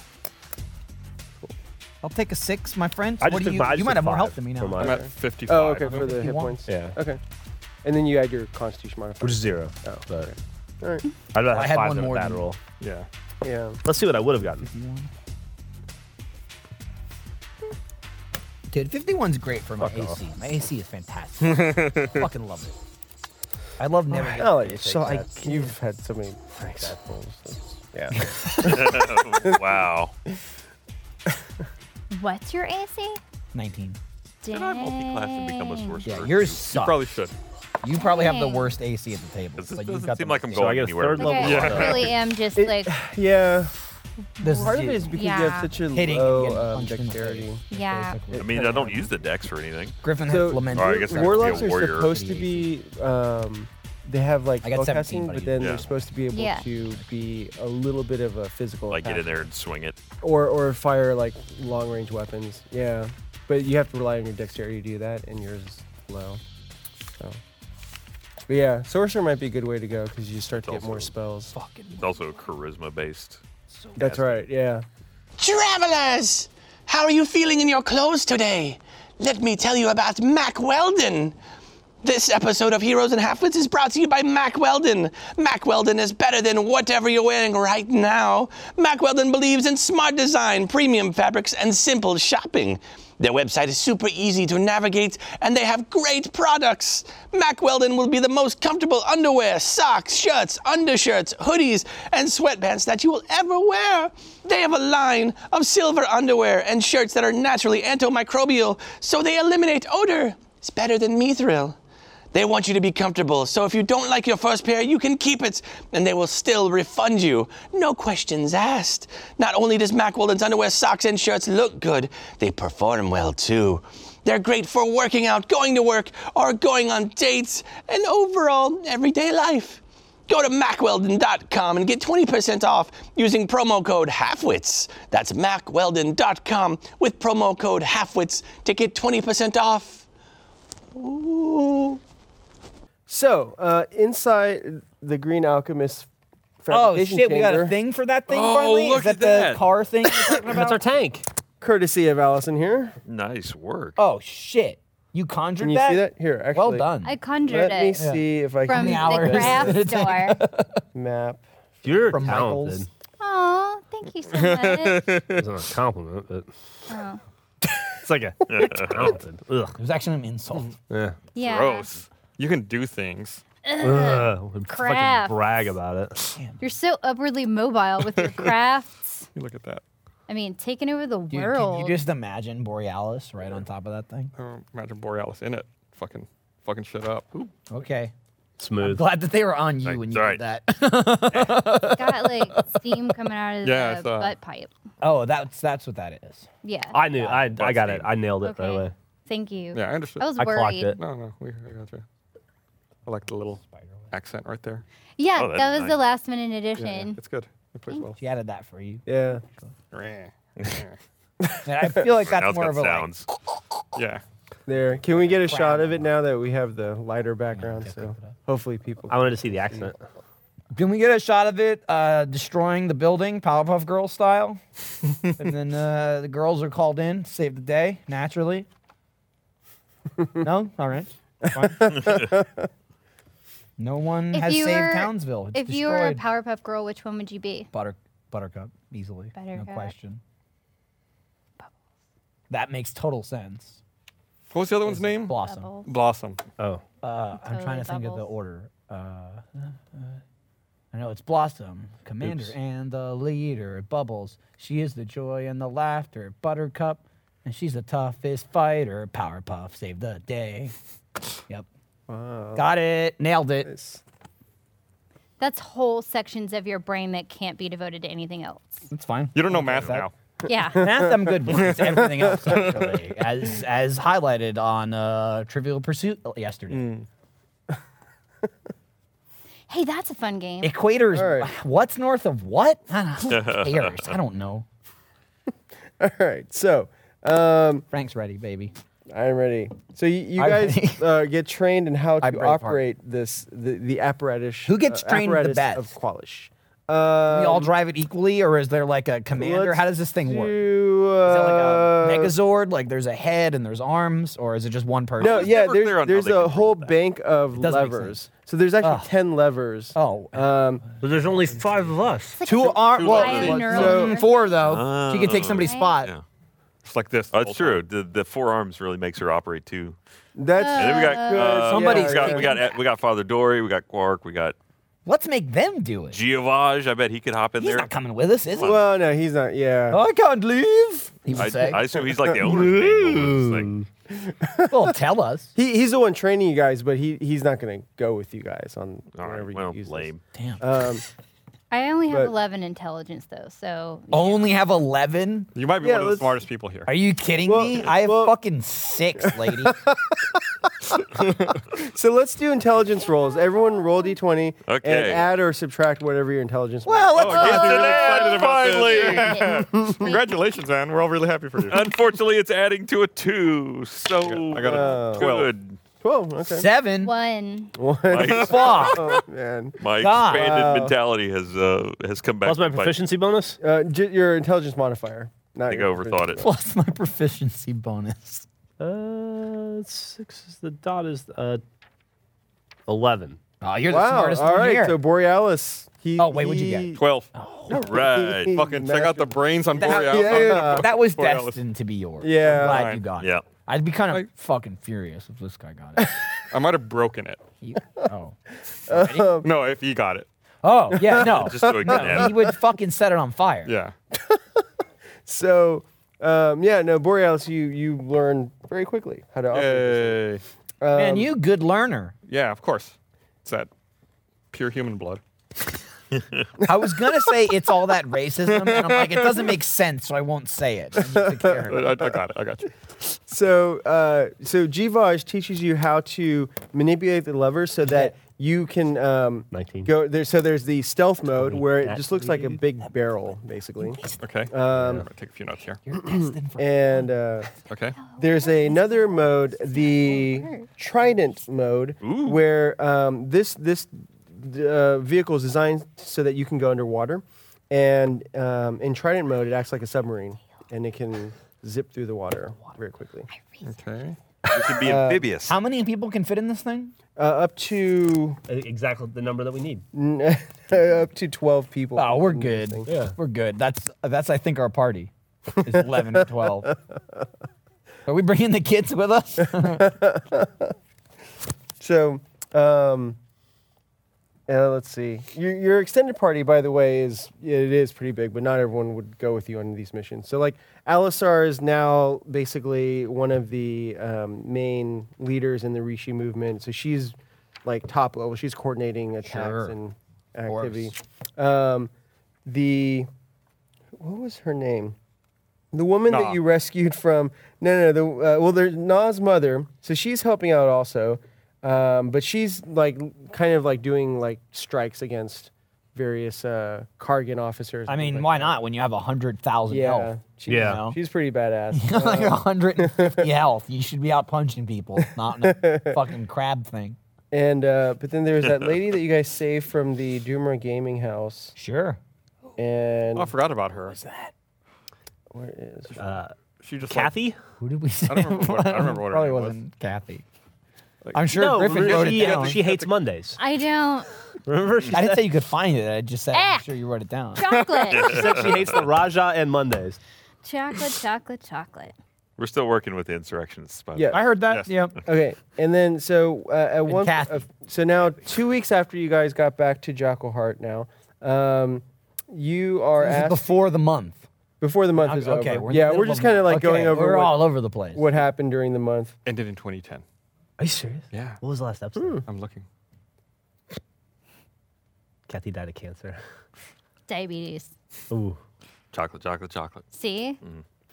I'll take a six, my friend. I just what do took you? my- I just you might took have more five health than me now. for mine. I'm at fifty-five. Oh okay I'm for the hit 51. points. Yeah. Okay. And then you add your Constitution modifier. Which is zero. Oh, but All right. I'd rather I have had five one than a more bad than- roll. Yeah. Yeah. Let's see what I would have gotten. Dude, 51's great for my AC. My AC is fantastic. Fucking love it. I love never. getting- I'll let you take so I that. You've had so many bad rolls. That's- Yeah. wow. What's your AC? 19. Should I multi-class and become a Dang. sorcerer? Yeah, too? yours sucks. Probably should. You probably have the Dang. worst AC at the table. This but you've doesn't got seem the like I'm So going I get a anywhere. third Like, level. I really am just It- like, Yeah. This Part of it is because you Yeah. have such a hitting and low getting um, punched in the face, dexterity. yeah. uh, I basically. mean, I don't use the dex or anything. Griffin So- had lamented. All right, I guess I have to be a Warlocks are warrior. supposed to be. Um, they have like I got spell 17, casting, but buddy. then Yeah. they're supposed to be able Yeah. to be a little bit of a physical. Like get in attack. there and swing it. Or or fire like long range weapons. Yeah, but you have to rely on your dexterity to do that, and yours is low. So, but yeah, sorcerer might be a good way to go because you start to get more also- spells. It's also charisma based. That's right. Yeah. Travelers, how are you feeling in your clothes today? Let me tell you about Mac Weldon. This episode of Heroes and Halfwits is brought to you by Mac Weldon. Mac Weldon is better than whatever you're wearing right now. Mac Weldon believes in smart design, premium fabrics, and simple shopping. Their website is super easy to navigate, and they have great products. Mac Weldon will be the most comfortable underwear, socks, shirts, undershirts, hoodies, and sweatpants that you will ever wear. They have a line of silver underwear and shirts that are naturally antimicrobial, so they eliminate odor. It's better than Mithril. They want you to be comfortable, so if you don't like your first pair, you can keep it, and they will still refund you. No questions asked. Not only does Mack Weldon's underwear, socks, and shirts look good, they perform well too. They're great for working out, going to work, or going on dates, and overall everyday life. Go to macweldon.com and get 20% off using promo code HALFWITS. That's macweldon.com with promo code HALFWITS to get 20% off. Ooh. So uh, inside the Green Alchemist. Oh fabrication shit, we got a chamber- thing for that thing Oh, finally? look is that at the that. car thing you're talking about? That's our tank. courtesy of Allison here. Nice work. Oh shit. You conjured Can you that? see that? Here, actually. Well done. I conjured Let me it see if I can from the hours? craft store. map. You're From talented. Michael's. Aw, thank you so much. That's not a compliment, but Oh, it's like a you're talented. Ugh. It was actually an insult. Yeah. yeah. Gross. You can do things. Uh, Ugh. Fucking Crafts. brag about it. You're so upwardly mobile with your crafts. You look at that. I mean, taking over the Dude, world. can you just imagine Borealis Oh, right on top of that thing? I don't imagine Borealis in it. Fucking, fucking shit up. Okay. Smooth. Glad that they were on you Like, when it's you all did that. Got like steam coming out of Yeah, I the saw. butt pipe. oh, that's that's what that is. Yeah. I knew. I, I got it. steam. I nailed it right Okay. away. Thank you. Yeah, I understood. I was I worried. clocked it. no, no, we, I got you. I like the little accent right there. Yeah, Oh, that that's was the nice. last minute Yeah, yeah, addition. it's good. It plays well. She added that for you. Yeah. And I feel like Now that's it's more got of a like, sounds. Yeah. There. Can we get a shot of it now that we have the lighter background? So hopefully people. I wanted to see the accent. Can we get a shot of it uh, destroying the building, Powerpuff Girls style? and then uh, the girls are called in, save the day, naturally. no? All right. Fine. no one If has you saved were- Townsville. It's If you were a destroyed. Powerpuff Girl, which one would you be? Butter, Buttercup, easily. No Buttercup. question. That makes total sense. What was the other one's name? Blossom. Bubbles. Blossom. Oh, Uh, I'm Totally trying to think of the bubbles. order. Uh, uh, I know it's Blossom, Commander, Oops. and the leader. Bubbles, she is the joy and the laughter. Buttercup, and she's the toughest fighter. Powerpuff, save the day. Yep, Wow. got it, nailed it. Nice. That's whole sections of your brain that can't be devoted to anything else. It's fine. You don't know math now. Yeah. Math, I'm good with. It's everything else, actually, as as highlighted on uh, Trivial Pursuit yesterday. hey, that's a fun game. Equators. All right. What's north of what? I don't, who cares? I don't know. All right. So um, Frank's ready, baby. I'm ready. So you, you I'm guys ready. uh, get trained in how to I break apart. operate this the, the apparatus. Who gets uh, trained the apparatus best? of Qualish? Uh, we all drive it equally, or is there like a commander? How does this thing work? Is Do, uh, it like a Megazord? Like there's a head and there's arms, or is it just one person? No, yeah, never clear there's, on how there's they a control whole that. bank of doesn't make levers. So there's actually Ugh. 10 levers. Oh, Um, but there's only five of us. two arms. two Well, I am look, neural so- nerve. mm, four though. she could take somebody's Oh. spot. Yeah. Just like this. Oh, it's true. The the forearms really makes her operate too. And that's then we got Uh, uh, Oh, Somebody's We got, we thinking got we got Father Dory. We got Quark. We got Let's make them do it. Giovage. I bet he could hop in He's there. not coming with us, is he? well, no, he's not. Yeah. Oh. I can't leave. He would I, say. I assume he's like the owner. of the thing, almost, like- well, tell us. He, he's the one training you guys, but he, he's not going to go with you guys on All whenever right. you Well, use this. lame. Damn. Um, I only have But- 11 intelligence though, so Only have eleven. You might be Yeah, one of the let's- smartest people here. Are you kidding Well, me? I have well- fucking six, lady. so let's do intelligence rolls. Everyone roll d20 and Okay. add or subtract whatever your intelligence well, was. let's Oh, yes, it is. Finally. Finally. Congratulations, Anne. We're all really happy for you. Unfortunately, it's adding to a two. So uh, I got a Oh. 12. good. 12. Okay. seven. one. My, Fuck. Oh, man. my God. expanded Wow. mentality has uh, has come back. Plus my to bite me. proficiency bonus. Uh, j- your intelligence modifier. Not I think I your overthought it. plus my proficiency bonus. Uh, six is the dot is uh, eleven. Oh, you're the Wow. smartest All one right. here. So Borealis. He, Oh, wait, what'd you get? he- 12. All right. Fucking check out the brains on Oh, That- Borealis. yeah, yeah. that was Boy, I was- destined to be yours. Yeah. I'm glad you Fine. got it. Yeah. I'd be kind of I- fucking furious if this guy got it. I might have broken it. You- oh. No, if he got it. Oh, yeah, no. Just so it can he happen. would fucking set it on fire. Yeah. So, um, yeah, no, Borealis, you you learn very quickly how to operate. this. Yay. Man, you good learner. Yeah, of course. It's that pure human blood. I was gonna say it's all that racism, and I'm like, it doesn't make sense, so I won't say it. I'm just a I, character. I- I got it. I got you. So, uh, so Givaj teaches you how to manipulate the levers so that you can um, 19. go there. So there's the stealth mode where it that just looks like a big barrel, basically. Okay. Um, I'm going to take a few notes here. And uh, Okay. there's another mode, the Trident mode, where um, this this d- uh, vehicle is designed so that you can go underwater, and um, in Trident mode, it acts like a submarine, and it can zip through the water very quickly. Okay. It could be amphibious. How many people can fit in this thing? Uh, up to Uh, uh, Exactly the number that we need. up to twelve people. Oh, we're in this good. thing. Yeah. We're good. That's that's I think our party is eleven or twelve. Are we bringing the kids with us? So, um, uh, let's see. Your, your extended party, by the way, is it is pretty big, but not everyone would go with you on these missions. So, like, Alistar is now basically one of the um, main leaders in the Rishi movement. So she's like top level. She's coordinating attacks Sure. and course. activity. Um, the what was her name? The woman Nah. that you rescued from no no, no the uh, well there's Na's mother so she's helping out also, um, but she's like l- kind of like doing like strikes against various uh, Kargan officers. I and mean, things why not when you have a 100,000 like- yeah, health? she's, Yeah. know? she's pretty badass. Uh, like 150 health. You should be out punching people, not in a fucking crab thing. and uh, but then there's that lady that you guys saved from the Doomer Gaming House, Sure. and Oh, I forgot about her. where is Uh, she? She just like- Kathy? Who did we say? I don't remember what, I don't remember what Probably her name wasn't Kathy. I'm sure no, Griffin she, uh, wrote it down. she hates Mondays. I don't. Remember? She I didn't say you could find it. I just said, I'm Eh. sure you wrote it down. Chocolate. said she hates the Raja and Mondays. chocolate, chocolate, chocolate. We're still working with the insurrectionists, by the Yeah. way. I heard that. Yes. Yep. Okay, and then so uh, at one Kathy. uh, so now two weeks after you guys got back to Jackal Heart now, um, you are This is asked before, before the month. the month is okay, over. we're in the yeah, middle we're just of the kind of like month. going Okay, over We're what, all over the place. what happened during the month. Ended in 2010. Are you serious? Yeah. What was the last episode? I'm looking. Kathy died of cancer. Diabetes. Ooh. Chocolate, chocolate, chocolate. See?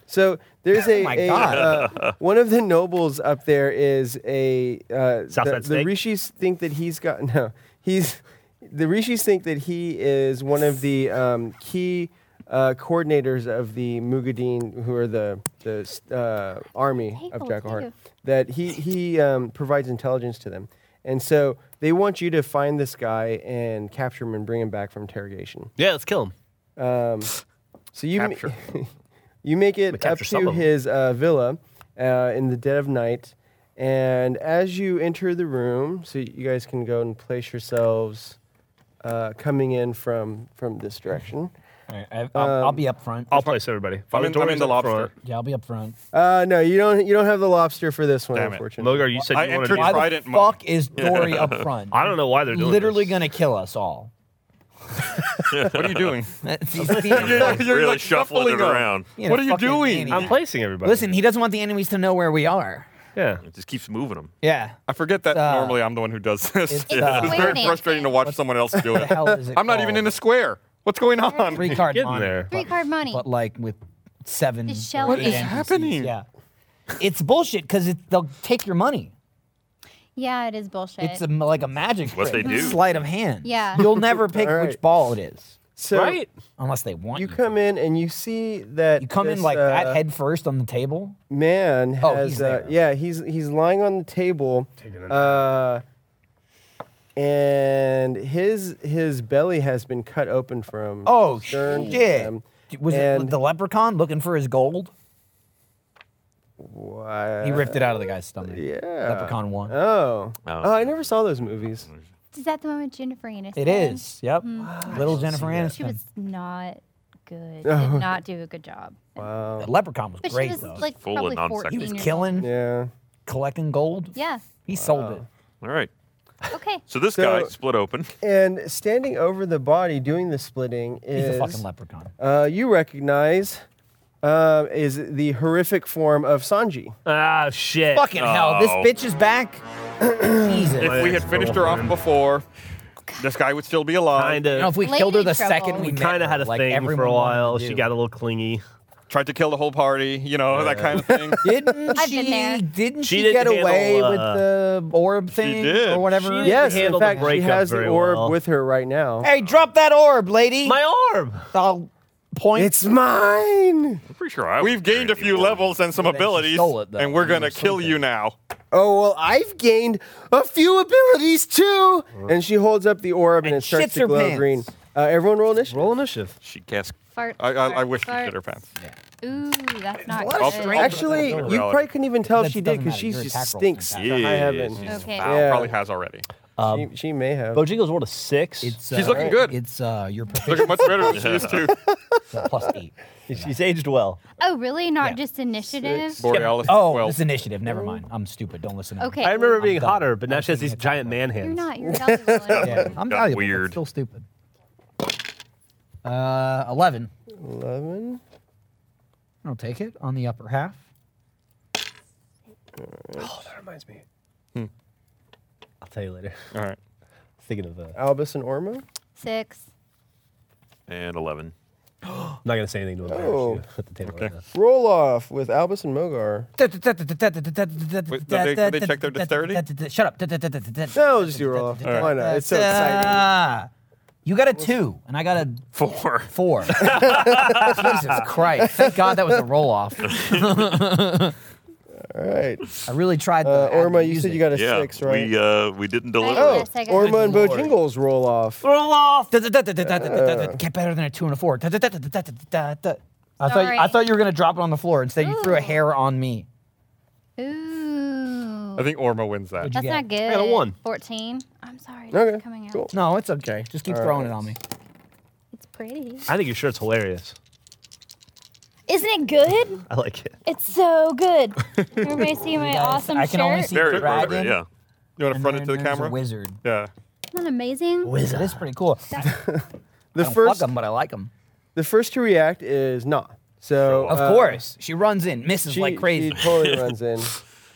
So there's a, Oh my a, God. uh, one of the nobles up there is a uh, Southside the, the Snake? rishis think that he's got no he's the rishis think that he is one of the um, key uh, coordinators of the Mugadin who are the the uh, army of Table, Jackal Heart too. that he he um, provides intelligence to them and so they want you to find this guy and capture him and bring him back from interrogation. Yeah, let's kill him. Um, so you ma- Capture. you make We it up capture some to of 'em. his uh, villa uh, in the dead of night, and as you enter the room, so you guys can go and place yourselves uh, coming in from from this direction. All right, I, I'll, I'll be up front. I'll place everybody. I'm in, I'm in Dorian's the up lobster. front. yeah, I'll be up front. Uh, no, you don't you don't have the lobster for this one, Damn it. unfortunately. Mogar, you said I you wanted entered- to. Why the Trident monk. fuck is Dory up front? I don't know why they're doing Literally this. gonna kill us all. What are you doing? That's- he's- You're- you're, really like, shuffling it them. around. Being What a are you fucking doing? idiot. I'm placing everybody. Listen, he doesn't want the enemies to know where we are. Yeah. It just keeps moving them. Yeah. I forget that uh, normally I'm the one who does this. It's, it's, uh, very Square dancing. frustrating to watch someone else do it. hell is it I'm not even called? in a square. What's going on? Three card Getting money. there. Three but- card money. But like with seven. It's or shell eight game. What is NPCs, happening? Yeah. It's bullshit because it, they'll take your money. Yeah, it is bullshit. It's a, like a magic What trick. they It's do. Sleight of hand. Yeah. You'll never pick All right. which ball it is So right? unless they want you. you come in and you see that You come in this, like that uh, head first on the table. man Oh, has he's uh, there. yeah he's he's lying on the table Taking a nap. uh, and his his belly has been cut open from Oh stern to shit! stem. Was and- it the leprechaun looking for his gold? Why- He ripped it out of the guy's stomach. yeah Leprechaun one. oh. Oh. oh I never saw those movies Oh, is that the one with Jennifer Aniston? It is. Yep. Little Jennifer Hmm. She Aniston. was not good. Did not do a good job. wow The leprechaun was But great she was though. like Full of probably non-sex. he 14 was years killing, yeah collecting gold. old. Yeah. He sold it. All right. Okay. So this So- guy split open. and standing over the body doing the splitting He's is a fucking leprechaun. uh, you recognize uh, is the horrific form of Sanji Ah, shit. Fucking hell! This Oh. bitch is back. Jesus. If we had finished her off before, this guy would still be alive. Kind of. You know, if we killed her Lady the trouble. second we, We met kind of her, had a like, thing for everyone a wanted while. to She do. got a little clingy. Tried to kill the whole party, you know, that kind of thing. Didn't I've she? been there. Didn't She she, didn't get away handle, with uh, the orb thing did. or whatever? She- yes in handled the fact she breakup has the very orb well. with her right now Hey, drop that orb, lady. My arm. I'll point. It's mine. I'm pretty sure I We've was gained a carrying few the orb. levels and some she abilities, stole it, though, and we're when you gonna were kill sleeping. you now. Oh well, I've gained a few abilities too. And she holds up the orb and, And it starts shits to her glow pants. green. Uh, everyone roll initiative. Roll initiative. She cast. Fart. I, I, I fart, wish she fart. could her pants. Ooh, that's not Oh, Well, good. I'll- Actually, Roll you it. probably couldn't even tell if That she did doesn't because matter. she Your just attack roll's stinks. Yeah. to high heaven. she's She- Okay. Wow, Yeah. probably has already. she, may have. Bojangles rolled a six. It's, She's uh, looking good. It's uh, your Looking proficiency much better than she used to. plus eight. She's aged well. Oh, really? Not Yeah. just initiative? Borealis. Oh, well, it's initiative. Never mind. I'm stupid. Don't listen to me. Okay. I remember being done. hotter, but now she has these giant man hands. You're not. You're valuable. Yeah, I'm Got valuable. weird. Weird. Still stupid. Uh, eleven. Eleven. I'll take it on the upper half. Hmm. I'll tell you later. All right. Thinking of, uh, Albus and Ormo? Six. and 11. I'm not gonna say anything to embarrass Oh. you at the table right now. Roll off with Albus and Mogar. Wait, did they- did they check their dexterity? Shut up. No, just do roll off. Why not? It's so exciting. Ah, You got a two, and I got a Four. four. Jesus Christ. Thank God that was a roll off. All uh, right. I really tried. Uh, the Orma, you said you got a Yeah, six, right? we uh, we didn't deliver. oh, Yes, I got Orma and Lord. Bojingles roll off. roll off. Uh, Get better than a two and a four. I thought I Sorry. thought you were gonna drop it on the floor. Instead, you threw a hair on me. Ooh. I think Ormo wins that. That's get? not good. I got a one. 14. I'm sorry. it's Okay, coming out. cool. No, it's okay. Just keep throwing it on me. It's pretty. I think your shirt's hilarious. Isn't it good? I like it. It's so good. Everybody see my awesome I can shirt? only see Very dragon. perfect, yeah. You want to and front it then to the there's camera? A wizard. Yeah. Isn't that amazing? Wizard. That's pretty cool. The I don't fuck first, 'em, but I like them. the first to react is Nah. So Of uh, course, she runs in, misses she, like crazy. She totally runs in.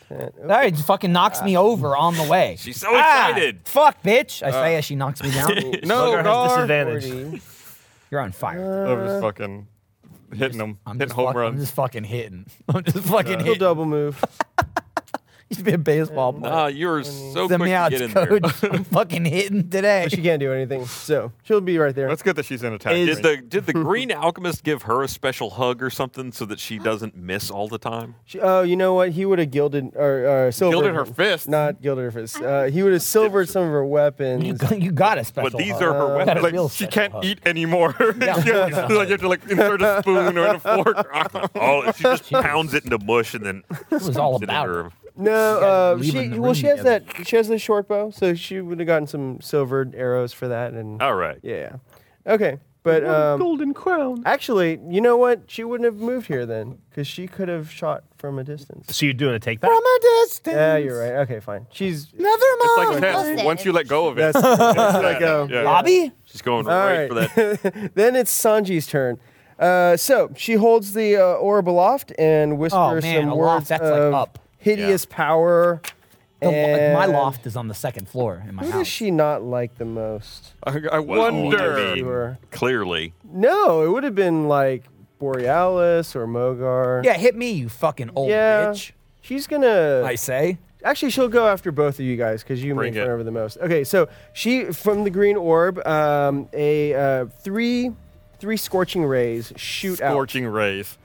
All right, fucking knocks me over on the way. Ah, She's so excited. Fuck, bitch! I say as she knocks me down. No, Slugger has Gar. disadvantage. You're on fire. Over his fucking hitting them, I'm hitting just, home fuck- I'm runs. just fucking hitting. I'm just fucking Little hitting. double move. Used to be a baseball player. Nah, you were Ah, so the quick to meows get in there. coach. I'm fucking hitting today. She can't do anything, so she'll be right there. That's good that she's in attack. Uh, Did the did the green alchemist give her a special hug or something so that she doesn't miss all the time? She, oh, you know what? He would have gilded or uh, silvered Gilded her fist. Not gilded her fist. Uh, he would have silvered some of her You weapons. got, you got a special. But these hug. are her You got a like, real she special can't hug. eat anymore. you have to, like you have to like insert a spoon or a fork. Oh, she just pounds it into mush and then This is all puts it in about her- it. No, uh, leave she in the well, room she has together. that. She has the short bow, so she would have gotten some silvered arrows for that. And All right. yeah, okay, but um, golden crown. actually, you know what? She wouldn't have moved here then, because she could have shot from a distance. So you're doing a take back? From a distance. Yeah, you're right. Okay, fine. She's Never It's mind. like tennis. Listen. Once you let go of it, that's, that's like um, Yeah. Bobby. She's going All right, for that. then it's Sanji's turn. Uh, so she holds the uh, orb aloft and whispers Oh, man, some aloft, words that's, like, of up. hideous power. The lo- and my loft is on the second floor in my Who house. does she not like the most? I, I I mean, wonder. Sure. clearly. No, it would have been like Borealis or Mogar. yeah, hit me, you fucking old Yeah. bitch. She's gonna. I say. Actually, she'll go after both of you guys because you Bring made fun it. of her the most. Okay, so she from the green orb, um, a uh, three, three scorching rays shoot out. Scorching rays.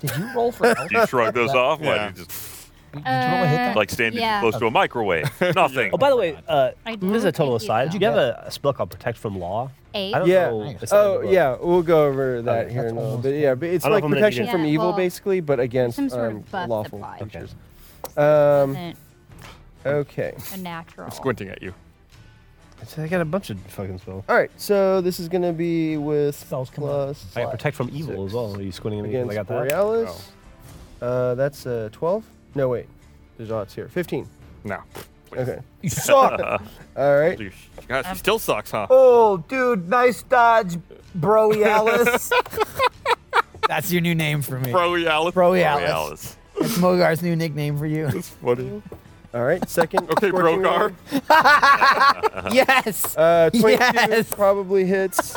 Did you roll for health? Do you shrug those off? Why Yeah. do you just Uh, like standing yeah. close to a microwave? Nothing. Oh, by the way, uh, I this is a don't total think you aside. know. Did you have a, a spell called Protect from Law? Eight. I don't Yeah. know. It's not in the Oh book. yeah, we'll go over that Okay. here in a little almost bit. Yeah, but it's I don't like know if I'm gonna protection do from that. evil, Yeah, well, basically, but against some sort of um, buff lawful applied. creatures. Um, Okay. Um, a natural. Squinting at you. So I got a bunch of fucking spells. All right, so this is gonna be with Spells come up. plus. I got Protect from Evil as well. Are you squinting at me? 'cause against I got that. Oh. Borealis. Uh, that's uh, 12. No, wait. There's odds here. 15. No. Okay. You suck. All right. God, she still sucks, huh? oh, dude, nice dodge, Broy Alice. That's your new name for me. Bro, Alice. Broy Alice. Alice. That's Mogar's new nickname for you. Funny. All right. Second. Okay, scorching Brogar. ray. yes. Uh, 22 Yes. probably hits.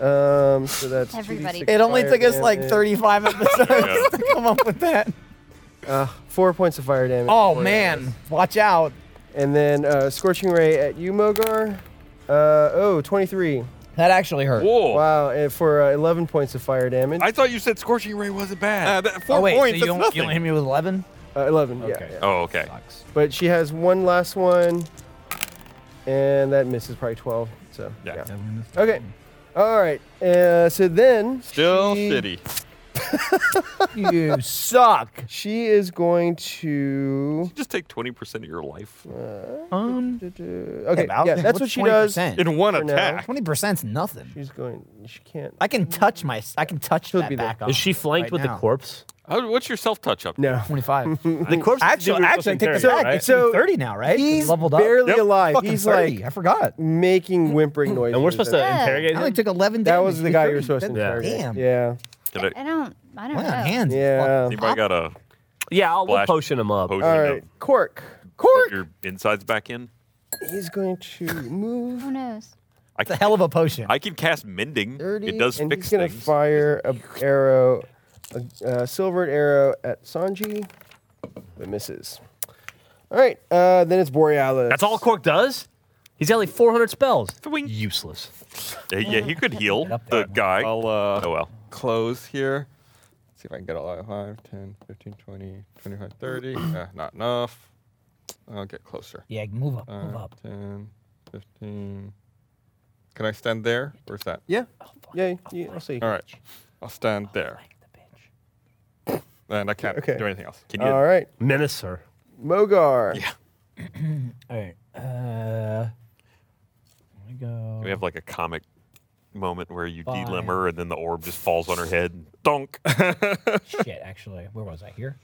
um, so that's. Everybody. 2d6 it only fire took us like damage. 35 Yeah. episodes to come up with that. Uh, four points of fire damage. Oh Borealis. man, watch out. And then uh, Scorching Ray at you, Mogar. Uh, oh, 23. That actually hurt. Whoa. Wow, and for uh, 11 points of fire damage. I thought you said scorching ray wasn't Uh, bad. that, four Oh wait, so points. you that's don't, you nothing. don't hit me with 11? Uh, 11, yeah, yeah. oh, okay. But she has one last one, and that misses probably 12. So, Yeah. yeah. Okay. All right. Uh, so then. Still she, shitty. You suck. She is going to. Just take 20% of your life. Um, Okay. about- Yeah, that's what's what she does. 20%? In one For now. attack. 20%'s nothing. She's going. She can't. I can touch my. I can touch She'll that be there. back up. Is she flanked Right with now. the corpse? How, what's your self touch up? No. 25. The corpse. actually, actually, I take that So, back. right? It's so 30 now, right? 'Cause He's leveled up. barely alive. Fucking he's 30. like I forgot. making whimpering noises. and we're supposed to That- Yeah. interrogate I him. only took 11 That damage. was the He's guy 30. you were supposed to That- Yeah. interrogate. Damn. Yeah. Did I- I don't. I don't Wow, know. hands. Yeah. Anybody got a yeah, I'll we'll Flash. potion him up. potion? All of- right. Cork. Put your insides back in. He's going to move. Who knows? I It's a can, hell of a potion. I can cast mending. It does and fix he's gonna things. fire a arrow, a uh, silvered arrow at Sanji, but misses. All right, uh, then it's Borealis. That's all Cork does? He's got like 400 spells. Useless. Uh, yeah, he could heal the guy. I'll uh, oh well. close here. See if I can get all 5, 10, 15, 20, 25, 30. uh, not enough. I'll get closer. Yeah, move up, Uh. move Five, up. 10, 15. Can I stand there? Where's that? Yeah, Oh, yeah, yeah. I'll see. All right. I'll stand there. And I can't Okay. do anything else. Can you? All right, Menace, sir. Mogar. All right. Uh, here we go. We have like a comic moment where you Fine. delimmer and then the orb just falls on her head. and Donk. Shit, actually, where was I? Here.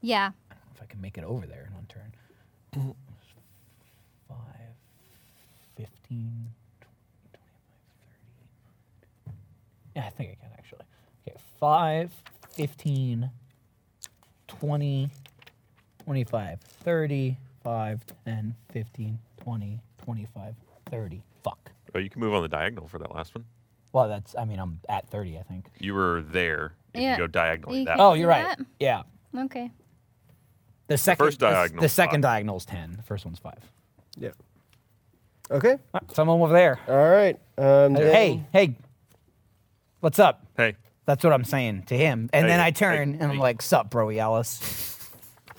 Yeah. If I can make it over there in one turn. Five, 15, 20, 25, 30. Yeah, I think I can actually. Okay, 5, 15, 20, 25, 30, 5, 10, 15, 20, 25, 30. Fuck. Oh, you can move on the diagonal for that last one. Well, that's, I mean, I'm at 30, I think. You were there. If Yeah. you go diagonally You that. could- Oh, you're see right. that? Yeah. Okay. The second first the s- diagonal's The second five. diagonal is 10. The first one's 5. Yeah. Okay. Someone over there. All right. Uh, Um, then- Hey, hey, what's up? Hey. That's what I'm saying to him. And then Hey, I turn hey, and I'm hey. like, sup, bro, Alice.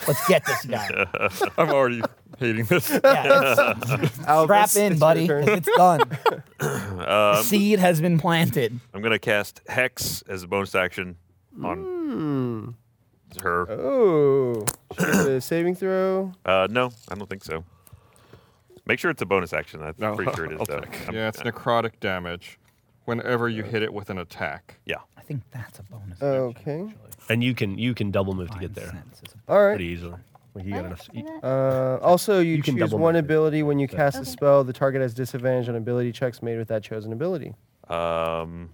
Let's get this guy. I'm already hating this. yeah, Alvis, strap it's in, your buddy. turn. 'cause It's done. Um, the seed has been planted. I'm gonna cast Hex as a bonus action on her. Hmm. Oh, the saving throw. Uh, no, I don't think so. Make sure it's a bonus action. I'm pretty sure it is, I'll though. check. I'm- uh, Yeah, it's necrotic damage whenever you hit it with an attack. yeah. I think that's a bonus. Okay. And you can you can double move to get there All right. pretty easily. Like you got enough. See that? Uh, also, you, You can choose double one move it. ability when you cast a Okay. spell. The target has disadvantage on ability checks made with that chosen ability. Um,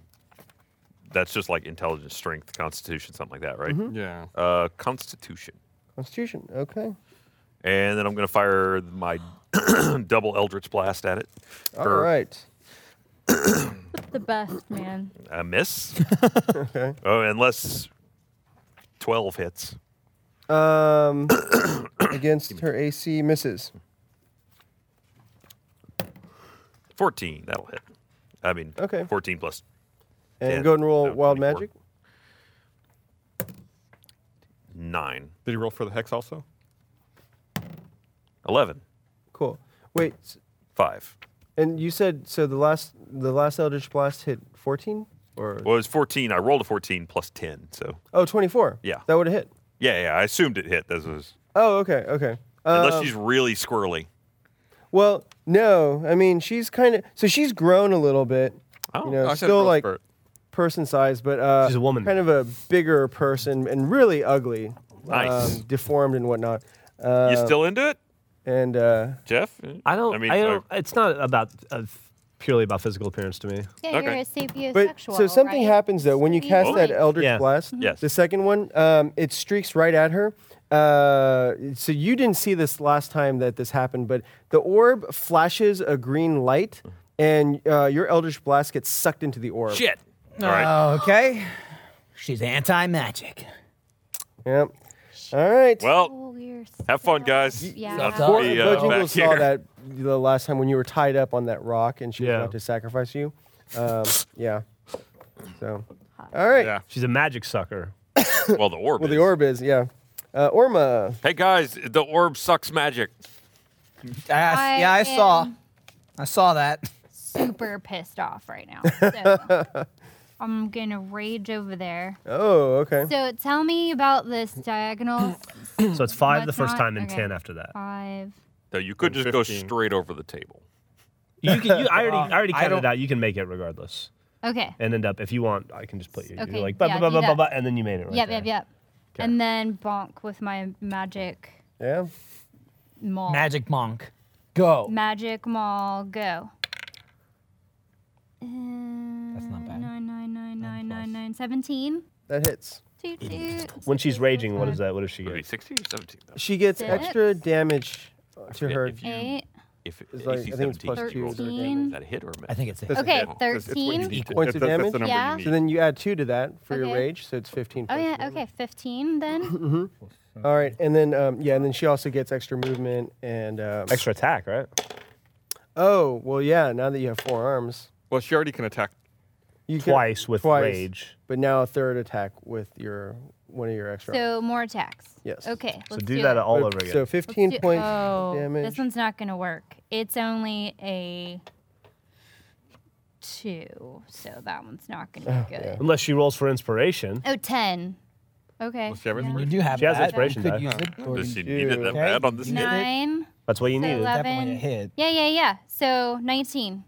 that's just like intelligence, strength, constitution, something like that, right? Mm-hmm. Yeah. Uh, constitution. Constitution. Okay. And then I'm gonna fire my double Eldritch Blast at it. All for right. The best, man. A miss. Okay. oh, unless twelve hits. Um, against her AC misses. Fourteen. That'll hit. I mean, Okay. Fourteen plus. And 10, go ahead and roll no, wild 24. magic. Nine. Did he roll for the hex also? Eleven. Cool. Wait, s- Five. and you said so the last the last Eldritch Blast hit 14 or Well, it was fourteen. I rolled a fourteen plus ten. So oh 24. Yeah. That would have hit. yeah, yeah. I assumed it hit. That was Oh, okay, okay. unless Um, she's really squirrely. well, no. I mean, she's kind of so she's grown a little bit. Oh, you know, I said still growth like spurt. person size, but uh, She's a woman. Kind of a bigger person and really ugly. Nice. um, deformed and whatnot. Uh, you still into it, and uh, Jeff? I don't. I, don't. It's not about uh, purely about physical appearance to me. Yeah, Okay. you're a sapiosexual. But so something right? happens though when you cast that Sweet. Eldritch Yeah. Blast. Yes. The second one, um, it streaks right at her. Uh, so you didn't see this last time that this happened, but the orb flashes a green light, and uh, your Eldritch Blast gets sucked into the orb. Shit. All Uh, right. Okay. She's anti magic. Yep. All right. Well, Oh, you're have fun, so- guys. Yeah. Not to Poor be, uh, Bojingle back saw here. that the last time when you were tied up on that rock, and she Yeah. was about to sacrifice you. Um, yeah. So. All right. Yeah. She's a magic sucker. Well, the orb. Well, the is. orb is yeah. Uh, Orma. Hey guys, the orb sucks magic. I yeah, I saw. am- I saw that. Super pissed off right now. So I'm gonna rage over there. Oh, okay. So tell me about this diagonal So it's five No, the it's first not. time and Okay. ten after that. five. So you could just go 15. straight over the table. You can. You, I already. I already I counted don't- it out. You can make it regardless Okay. and end up if you want. I can just put you. Okay, You're like blah yeah, blah do blah blah that. blah, and then you made it. Right yep, there. yep, yep. And then bonk with my magic Yeah. maul. Magic monk. Go. Magic maul. Go. That's not bad. Nine, nine, nine, nine, nine, nine, seventeen. That hits. Toot, toot. When she's raging, what is that? What does she Would it be get? sixteen or seventeen? She gets Six. extra damage to her. If you, Eight. if, It's if like- you I think it's see 17, plus you roll two. to- Thirteen. Is that a hit or a miss? I think it's That's a a Okay, hit. Well, that's- that's what you thirteen. need to- Points of that's- that's the damage? number you Yeah. need. So then you add two to that for your Okay. rage, so it's 15 Oh points yeah. of damage. Okay, fifteen then. All right, and then um, yeah, and then she also gets extra movement and um, Extra attack, right? Oh well, yeah. Now that you have four arms, Well, she already can attack. you can- Twice with twice, rage. but now a third attack with your one of your extra. arms. So more attacks. Yes. Okay. So let's do do that it. all But- over again. So Let's 15 do- points oh, damage. This one's not gonna work. It's only a two, so that one's not gonna Oh, be good. Unless she rolls for inspiration. Oh, 10. Okay. Well, she has You inspiration. do have She has that. inspiration You could die. use it. or Does you- she need it that Okay. bad on this No. hit? Nine. That's what you So needed. eleven. Definitely a hit. Yeah, yeah, yeah. So 19.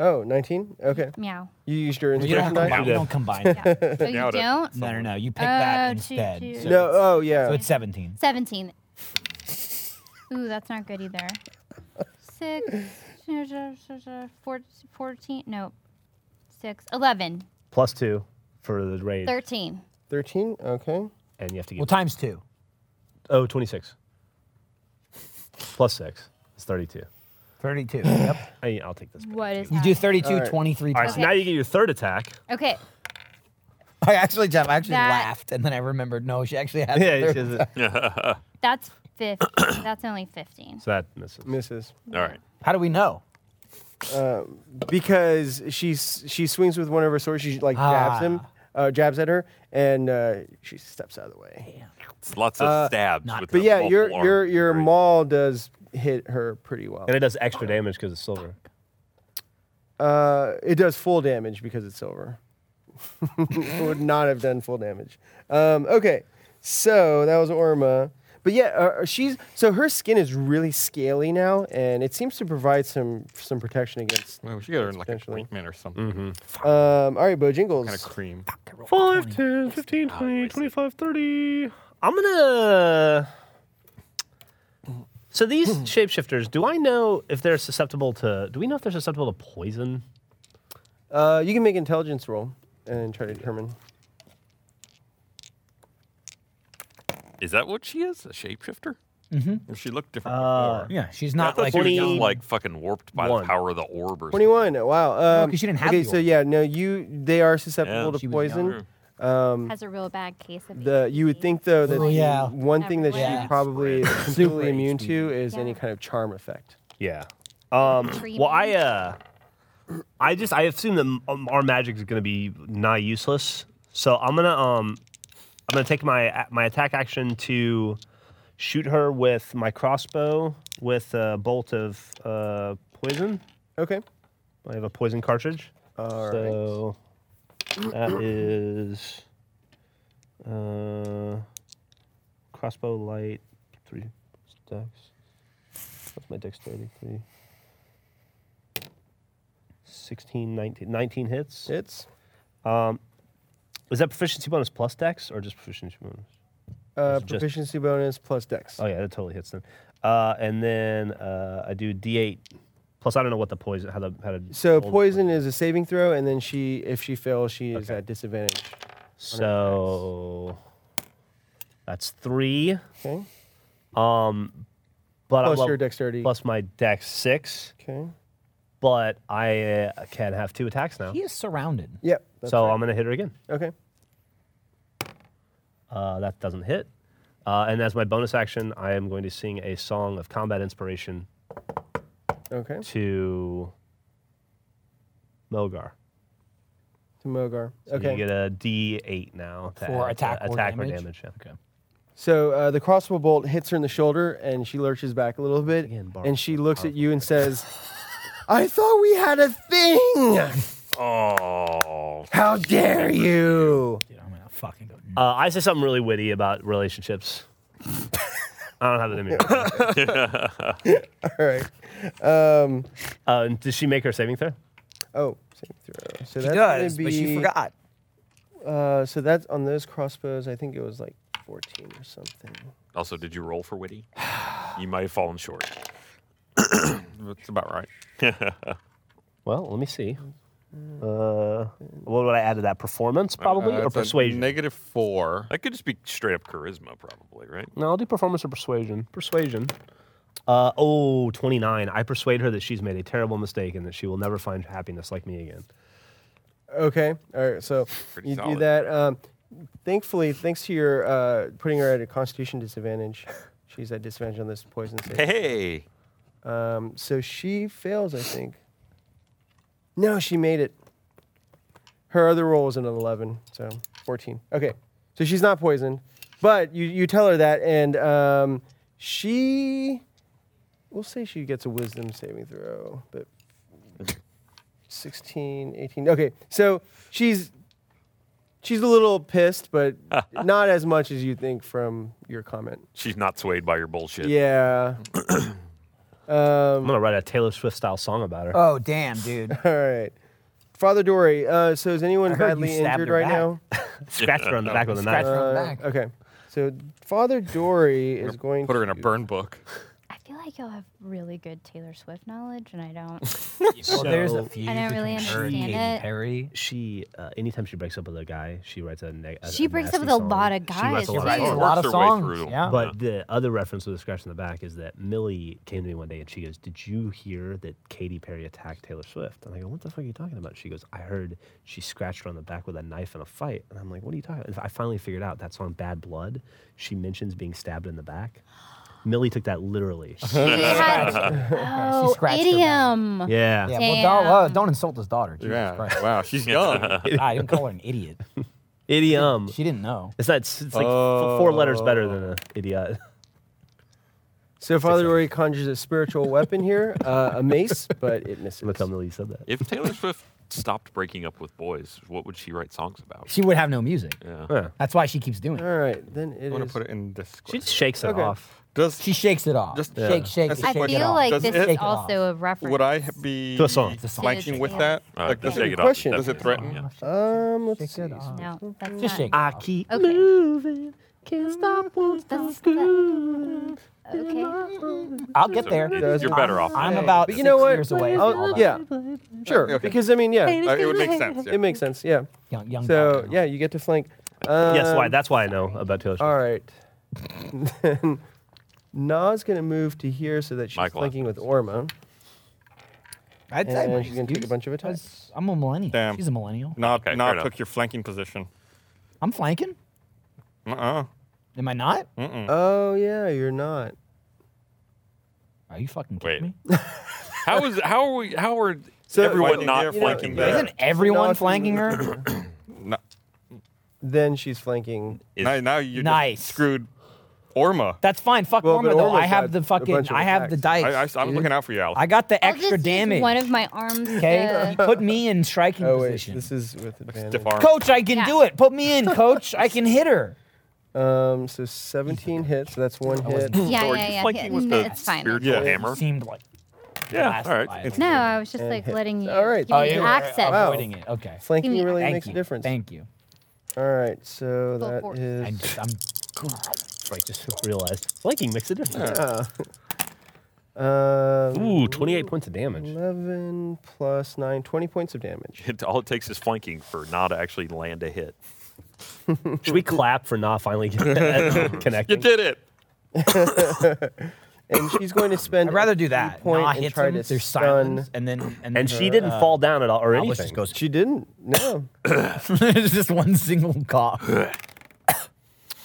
Oh, 19? Okay. Meow. You used your You don't, inspiration die? combine, you don't combine. that. Oh, you Meowed it. don't? No, no, no. You pick Oh, that two, instead. two. So, No, oh, yeah. so it's 17. 17. Ooh, that's not good either. Six. 14. Nope. Six. 11. Plus two for the rage. 13. 13? Okay. And you have to get. Well, times two. oh, 26. Plus six. It's 32. 32. Yep. I, I'll take this. What is You do happening? 32, All right. 23 All right, so Okay. now you get your third attack. Okay. I actually, Jeff, I actually That- laughed, and then I remembered, no, she actually had. Yeah, Yeah, she has it. That's 15. that's only 15. so that misses. Misses. All right. How do we know? Because she's, she swings with one of her swords. She, like, jabs him, Ah. uh, jabs at her, and uh, she steps out of the way. It's lots of stabs. with Uh, But the yeah, your, awful arm. your, your Great. maul does hit her pretty well. And it does extra damage because it's silver. Uh, it does full damage because it's silver. it would not have done full damage. Um, okay, so that was Orma. But yeah, uh, she's so her skin is really scaly now, and it seems to provide some some protection against. Well, we should get her in like a Potentially. ointment or something. Um, all right, Bo Jingles. Kind of cream. 5, 10, 15, 20, 25, 30. I'm gonna. So these shapeshifters, do I know if they're susceptible to. Do we know if they're susceptible to poison? uh, you can make an intelligence roll and try to determine. Is that what she is? A shapeshifter? Well, She looked different before. Yeah, she's I not thought like. she was twenty- just like fucking warped by one. the power of the orb or something. Twenty-one. Wow. Um, 'cause she didn't have Okay, the so orb. yeah, no, you they are Yeah, susceptible to she was poison. young. Um, Has a real bad case of The you would think though that Oh, she- yeah. one thing that Everywhere. she probably is Super completely immune HP. to is any Yeah. kind of charm effect. Yeah. Um, Tree well, I man? uh, I just I assume that um, our magic is gonna be nigh useless. So I'm gonna um, I'm gonna take my my attack action to shoot her with my crossbow with a bolt of uh, poison. Okay. I have a poison cartridge. All right. so that is uh, crossbow light three dex. That's my dexterity three. 16, 19, 19 hits. It's Is that proficiency bonus plus dex or just proficiency bonus? uh, just- proficiency bonus plus dex. Oh yeah, that totally hits then. Uh, and then uh, I do D8 plus. I don't know what the poison how the how to. So roll the poison is a saving throw, and then she, if she fails, she is at disadvantage. So that's three. Okay. But Plus I'm your level- dexterity. plus my dex six. Okay. But I uh, can have two attacks now, He is surrounded. Yep. that's so right. I'm gonna hit her again. okay. Uh, that doesn't hit. Uh, and as my bonus action, I am going to sing a song of combat inspiration Okay. to Mogar. To Mogar. So okay. You get a D8 now to For add to attack or attack or damage? damage. yeah. Okay. So uh, the crossbow bolt hits her in the shoulder, and she lurches back a little bit, Again, Barb- and she looks at you and says, "I thought we had a thing. Oh, How dare you?" Dude, I'm gonna fucking go. Uh, I say something really witty about relationships. I don't have it in me. right now. All right. Um, Uh, does she make her saving throw? oh, save throw. So She that's does, gonna but she be- forgot. Uh, so that's on those crossbows. I think it was like 14 or something. Also, did you roll for witty? You might have fallen short. That's about right. Well, let me see. Mm. Uh, what would I add to that? Performance, probably, Uh, or it's a persuasion? Negative four. That could just be straight up charisma, probably, right? no, I'll do performance or persuasion. Persuasion. Uh, oh, 29. I persuade her that she's made a terrible mistake and that she will never find happiness like me again. Okay. All right. So Pretty you do solid. that. Um, thankfully, thanks to your uh, putting her at a constitution disadvantage, she's at disadvantage on this poison save. Hey, Um, so she fails, I think. No, she made it. Her other roll was an 11, so 14. Okay, so she's not poisoned, but you, you tell her that, and um, she, we'll say she gets a wisdom saving throw, but 16, 18. Okay, so she's she's a little pissed, but not as much as you think from your comment. she's not swayed by your bullshit. Yeah. um, I'm going to write a Taylor Swift style song about Uh, her. Oh, damn, dude. All right. Father Dory, uh, so is anyone I heard you badly stabbed injured her right back. now? Scratch her on the back with a Scratch knife. her on the Uh, back. okay. So Father Dory is going Put her in a to- burn book. I feel like y'all have really good Taylor Swift knowledge, and I don't. Well, there's a So- few. I don't really between her and understand Katy it. Perry. She, uh, anytime she breaks up with a guy, she writes a negative. She breaks up with a lot of She guys, writes a She lot right? of writes a It lot works of her way songs. through. Yeah. But the other reference with the scratch in the back is that Millie came to me one day and she goes, "Did you hear that Katy Perry attacked Taylor Swift?" And I go, "What the fuck are you talking about?" She goes, "I heard she scratched her on the back with a knife in a fight." And I'm like, "What are you talking?" And I finally figured out that song "Bad Blood." She mentions being stabbed in the back. Millie took that literally. had- oh, scratched her back. idiom. yeah. Yeah, well, don't, uh, Damn. don't insult his daughter. Jesus Yeah. Christ. Wow, she's young. I didn't call her an idiot. Idiom. She didn't know. It's not. It's like f- four letters better than an idiot. So Father Dory conjures a spiritual weapon here, uh, a mace, but it misses. I'm gonna tell Millie you said that. If Taylor Swift stopped breaking up with boys, what would she write songs about? She would have no music. Yeah. Yeah. That's why she keeps doing All it. right, then it I want is- to put it in Discord. She just shakes it Okay. off. Does She shakes it off. Just- shake, shake, That's shake I the it question. feel off. like Does this it- is Take it off. also a reference. would I be To a song. It's a song. flanking with that? Uh, Like, does take it, it good off. question. That's does it a- threaten? yeah. Um, let's Shake see. it off. No, that's Just not. shake it I off. keep Okay. moving, can't stop, won't That's- stop grooving. Okay. I'll get there. You're Doesn't- better off. I'm about But six you know what? years away. Oh, from all that. yeah, sure. Okay. Because I mean, yeah, Uh, it would make sense. it Yeah. makes sense. Yeah. Young, young So daughter. yeah, you get to flank. yes, why? Um, That's why I know about Taylor Swift. All right. then Na's gonna move to here so that she's Michael flanking with Atkins. Orma. I'd And say she's gonna take a bunch of attacks. I'm a millennial. Damn. She's a millennial. Not, Okay, fair not enough. took your flanking position. I'm flanking. Uh-uh. Am I not? Oh yeah, you're not. Are you fucking kidding Wait. me? How is how are we how are So- everyone Flanking not here, flanking flanking there? there. Isn't everyone Not- flanking her? No, Then she's flanking. Is- now, now you Nice. just screwed Orma. That's fine. Fuck Well, Orma but though. I Orma's have got the a fucking. bunch of I have the dice. I, I, am dude. looking out for you, Al. I got the I'll extra just use damage. One of my arms. okay, to- put me in striking Oh wait, position. this is with advantage. Stiff arm. Coach, I can Yeah. do it. Put me in, Coach. I can hit her. Um, so 17 hits. So that's one hit. yeah, So are yeah, you yeah. flanking with No, the it's fine. spiritual Yeah. hammer? Seemed like. Yeah, last all right. five. No, I was just like letting you. All right. give Oh, you you were access. avoiding it. Okay. Flanking Give me- really Thank makes you. a difference. Thank you. All right, so that for it. is- I'm just, I'm I just realized flanking makes a difference. um, Ooh, 28 points of damage. 11 plus 9, 20 points of damage. It, all it takes is flanking for not to actually land a hit. Should we clap for not finally You connecting? did it. And she's going to spend. I'd rather a do key that. Point Nah, and hits try him, to there's stun. silence, and then and, And then she her, didn't uh, fall down at all or Alice Just anything. goes. She didn't. No. There's just one single cough.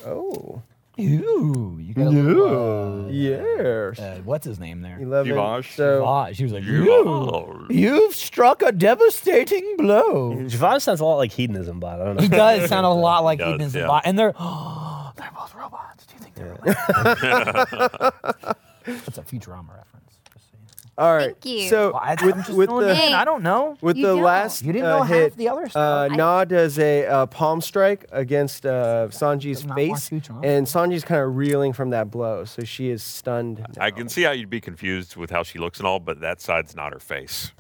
Oh. Ooh, you got a little, uh, Yes. uh, what's his name there? 11. Givage. So Ah, she was like, you, Oh, you've struck a devastating blow. Javon sounds a lot like hedonism, but I don't know. He does sound a lot like He does, Edens yeah. and Bot, and they're they're both robots. Do you think they're related? That's a Futurama reference. Just so you know. all right. Thank you. So Well, I, I'm with just with filling the in. I don't know. with You the don't. last You didn't uh, know half hit, the other Uh, stuff. Na does a uh, palm strike against uh, Sanji's Does not face, want Futurama. and Sanji's kind of reeling from that blow, so she is stunned. I now. can see how you'd be confused with how she looks and all, but that side's not her face.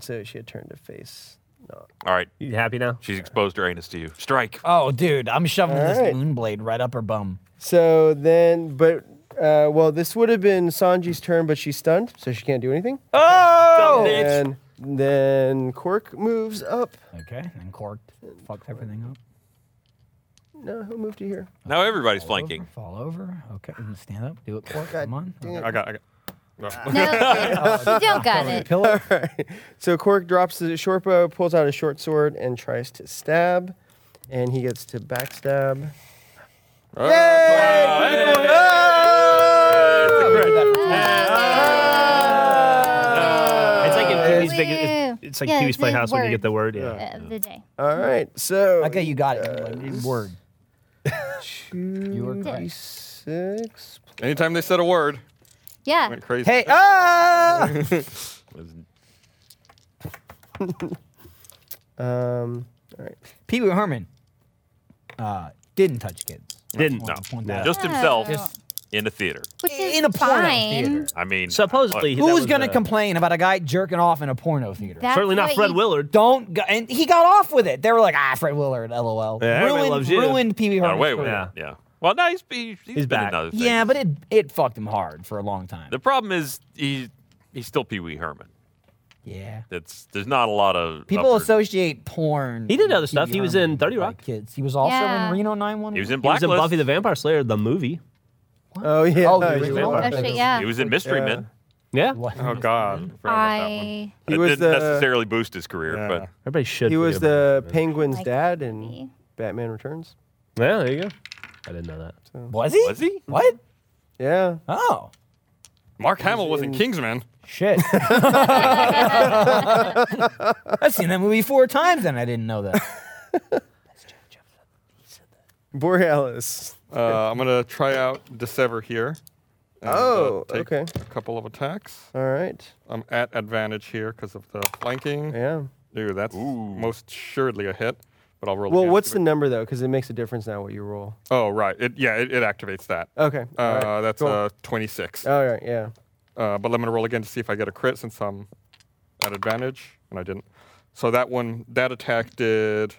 So she had turned to face. No. All right, You happy now? she's exposed her anus to you. Strike. Oh, dude, I'm shoving All this right. moon blade right up her bum. So then, but uh, well, this would have been Sanji's turn, but she's stunned, so she can't do anything. Oh. And then Cork moves up. Okay, and corked. Fucked everything up. No, he'll move to here. Now everybody's flanking. Fall over. Okay. and Stand up. Do it quick. God Come on. dang it. I got. I got. No, still got it. Pillar. Alright. So Cork drops the short bow, pulls out his short sword, and tries to stab. And he gets to backstab. It's like in Pee-wee's Uh, Big- it- it's like yeah, Pee-wee's the Playhouse when you get word. the word. Yeah. Uh, the day. All right. So Okay, you got it. anyway. Word. two were correct. six. Anytime they said a word, Yeah. went crazy. Hey. Ah! Um. All right. Pee Wee Herman. Uh, didn't touch kids. Didn't. No, know. Point that out. just himself Just- in the theater. Which is in a porno fine. theater. I mean, uh, Supposedly, that Who's was gonna a- complain about a guy jerking off in a porno theater? That's Certainly not what Fred you- Willard. Don't go, and he got off with it. They were like, ah, Fred Willard, lol. Yeah, everybody ruined, loves you. ruined Pee Wee Or Herman's Oh, uh, wait, wait, career. yeah. Yeah. Well, no, he's he, he's He's been back. in other things. Yeah, but it it fucked him hard for a long time. the problem is he he's still Pee Wee Herman. yeah, It's there's not a lot of people upward- associate porn. He did with other stuff. Pee Wee He was Herman in Dirty by Rock. Kids. He was also Yeah. in Reno 911. He was in He was Blacklist. in Buffy the Vampire Slayer, the movie. Oh yeah. Oh, the he original? was- Actually, yeah. He was in Mystery Men. Yeah. What? Oh God. forgot about that one. I. He it was didn't the- necessarily boost his career, Yeah. but Everybody should. He was forget about the Penguin's Like dad me. in Batman Returns. that. Yeah, there you go. I didn't know that. Was he? was he? What? Yeah. Oh Mark Hamill was in Kingsman. shit! I've seen that movie four times and I didn't know that. Borealis. Uh, I'm gonna try out Dissever here. and, uh, Oh, take okay. A couple of attacks. All right. I'm at advantage here because of the flanking. Yeah. Dude, that's most assuredly a hit. But I'll roll. Well, again. what's the number though? Because it makes a difference now what you roll. Oh, right. It, yeah, it, it activates that. Okay. Uh, all right, That's Oh, cool. uh, 26. All right. Yeah. Uh, but I'm gonna roll again to see if I get a crit since I'm at advantage, and I didn't. So that one, that attack did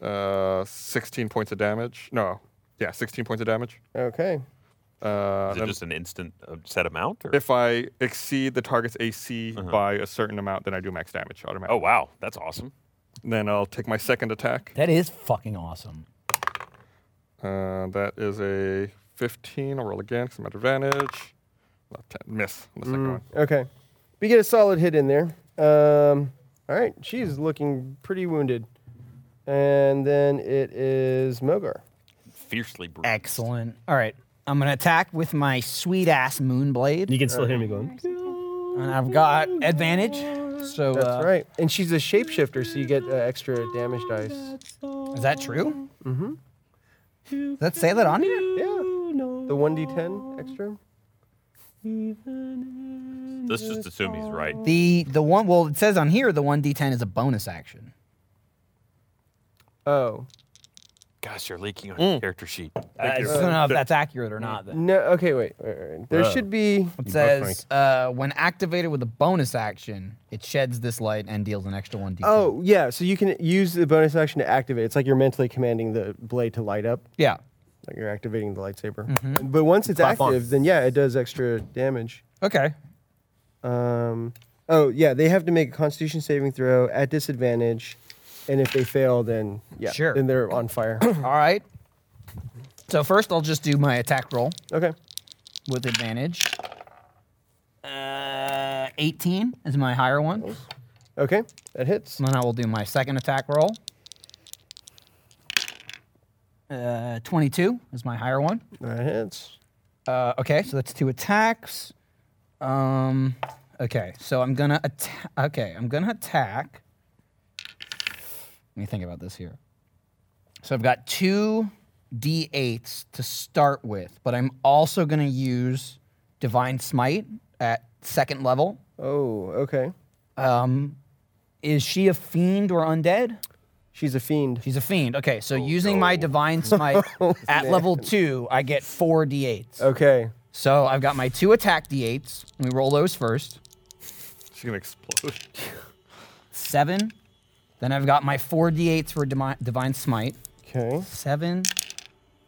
uh, 16 points of damage. No, yeah, 16 points of damage. Okay. Uh, Is it then just an instant uh, set amount? Or? if I exceed the target's AC by a certain amount, then I do max damage Uh-huh. oh automatically. wow, that's awesome. Then I'll take my second attack. That is fucking awesome. Uh, that is a 15. I'll roll again because I'm at advantage. Not 10. Miss on the second one. Okay. We get a solid hit in there. Um, all right. She's looking pretty wounded. And then it is Mogar. Fiercely bruised. Excellent. All right. I'm gonna attack with my sweet ass moonblade. You can still hear me going. and I've got advantage. So That's uh, right. And she's a shapeshifter, so you get uh, extra damage dice. Is that true? Mm-hmm. Does that say that on here? Yeah. The 1d10 extra. Let's just assume he's right. The the one well it says on here the one d10 is a bonus action. Oh. Gosh, you're leaking Mm. on your character sheet. Thank I you. just don't know if that's accurate or not. Then. No. Okay, wait. wait, wait. There should be. It says uh, when activated with a bonus action, it sheds this light and deals an extra one d10. Oh, yeah. So you can use the bonus action to activate. It's like you're mentally commanding the blade to light up. yeah. Like you're activating the lightsaber. But once it's Clap on. active, then yeah, it does extra damage. Okay. Um, oh yeah, they have to make a Constitution saving throw at disadvantage, and if they fail, then yeah, Sure. then they're on fire. All right. So first I'll just do my attack roll okay, with advantage. Uh, 18 is my higher one. okay, that hits. And then I will do my second attack roll. Uh, 22 is my higher one. That hits. Uh, okay, so that's two attacks. Um, okay, so I'm gonna attack. Okay, I'm gonna attack. Let me think about this here. So I've got two d8s to start with, but I'm also gonna use Divine Smite at second level. Oh, okay. Um, is she a fiend or undead? She's a fiend. She's a fiend. Okay, so using my divine smite at level two, I get four d8s. Okay. So I've got my two attack d8s. We roll those first. She's going to explode. Seven. Then I've got my four d8s for demi- divine smite. Okay. Seven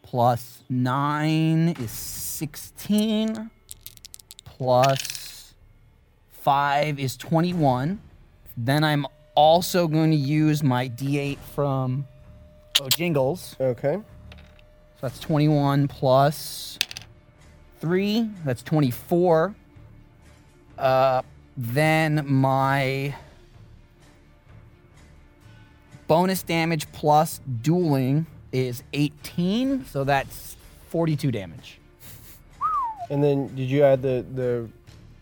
plus nine is sixteen. Plus five is twenty-one. Then I'm oh, also going to use my d8 from Bojingles. Okay. So that's 21 plus 3. That's 24. Uh, then my bonus damage plus dueling is 18. So that's 42 damage. And then did you add the the?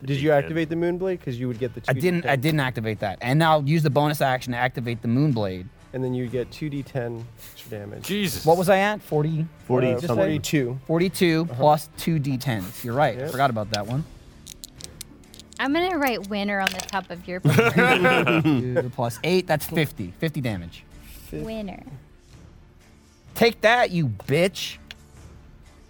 Did you deep end. activate the moonblade? Because you would get the. 2 I didn't. I didn't activate that, and now use the bonus action to activate the Moonblade. And then you get two d10 extra damage. Jesus. What was I at? Uh-huh. 40, Forty Uh, something. 42. 42 plus two d10s. You're right. I forgot about that one. I'm gonna write winner on the top of your book. Two plus eight. That's 50. 50 damage. winner. Take that, you bitch.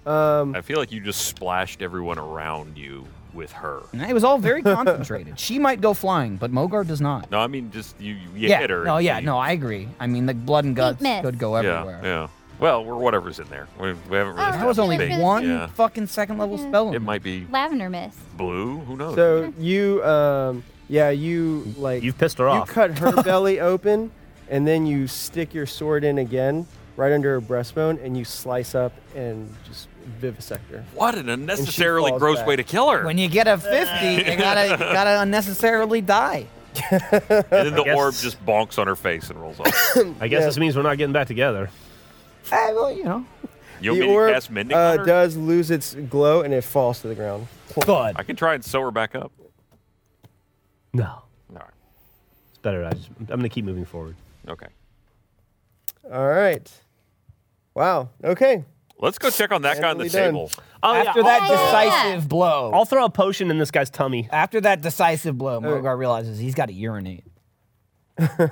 I feel like you just splashed everyone around you with her. And it was all very concentrated. she might go flying, but Mogar does not. No, I mean just you. You yeah. hit her. No, and yeah. you- No, I agree. I mean, the blood and guts miss. could go Yeah. everywhere. Yeah. Well, we're whatever's in there. We, we haven't really. Oh, That was only established. Really? one Yeah. fucking second level spell. It might be Lavender mist. blue. Who knows? So you um yeah you like You've pissed her you off. cut her belly open, and then you stick your sword in again, right under her breastbone, and you slice up and just vivisect her. what an unnecessarily falls gross back. way to kill her. When you get a 50, you gotta you gotta unnecessarily die. and then the guess- orb just bonks on her face and rolls off. I guess this means we're not getting back together. Eh, well, you know. the You want me to orb cast mending uh, on her? does lose its glow and it falls to the ground. I can try and sew her back up. No, All right. it's better. I just, I'm gonna keep moving forward. Okay. All right. Wow. Okay. Let's go check on that guy on the Handily done. table. Oh, After that decisive blow. I'll throw a potion in this guy's tummy. After that decisive blow, Mogar realizes he's got to urinate. Killing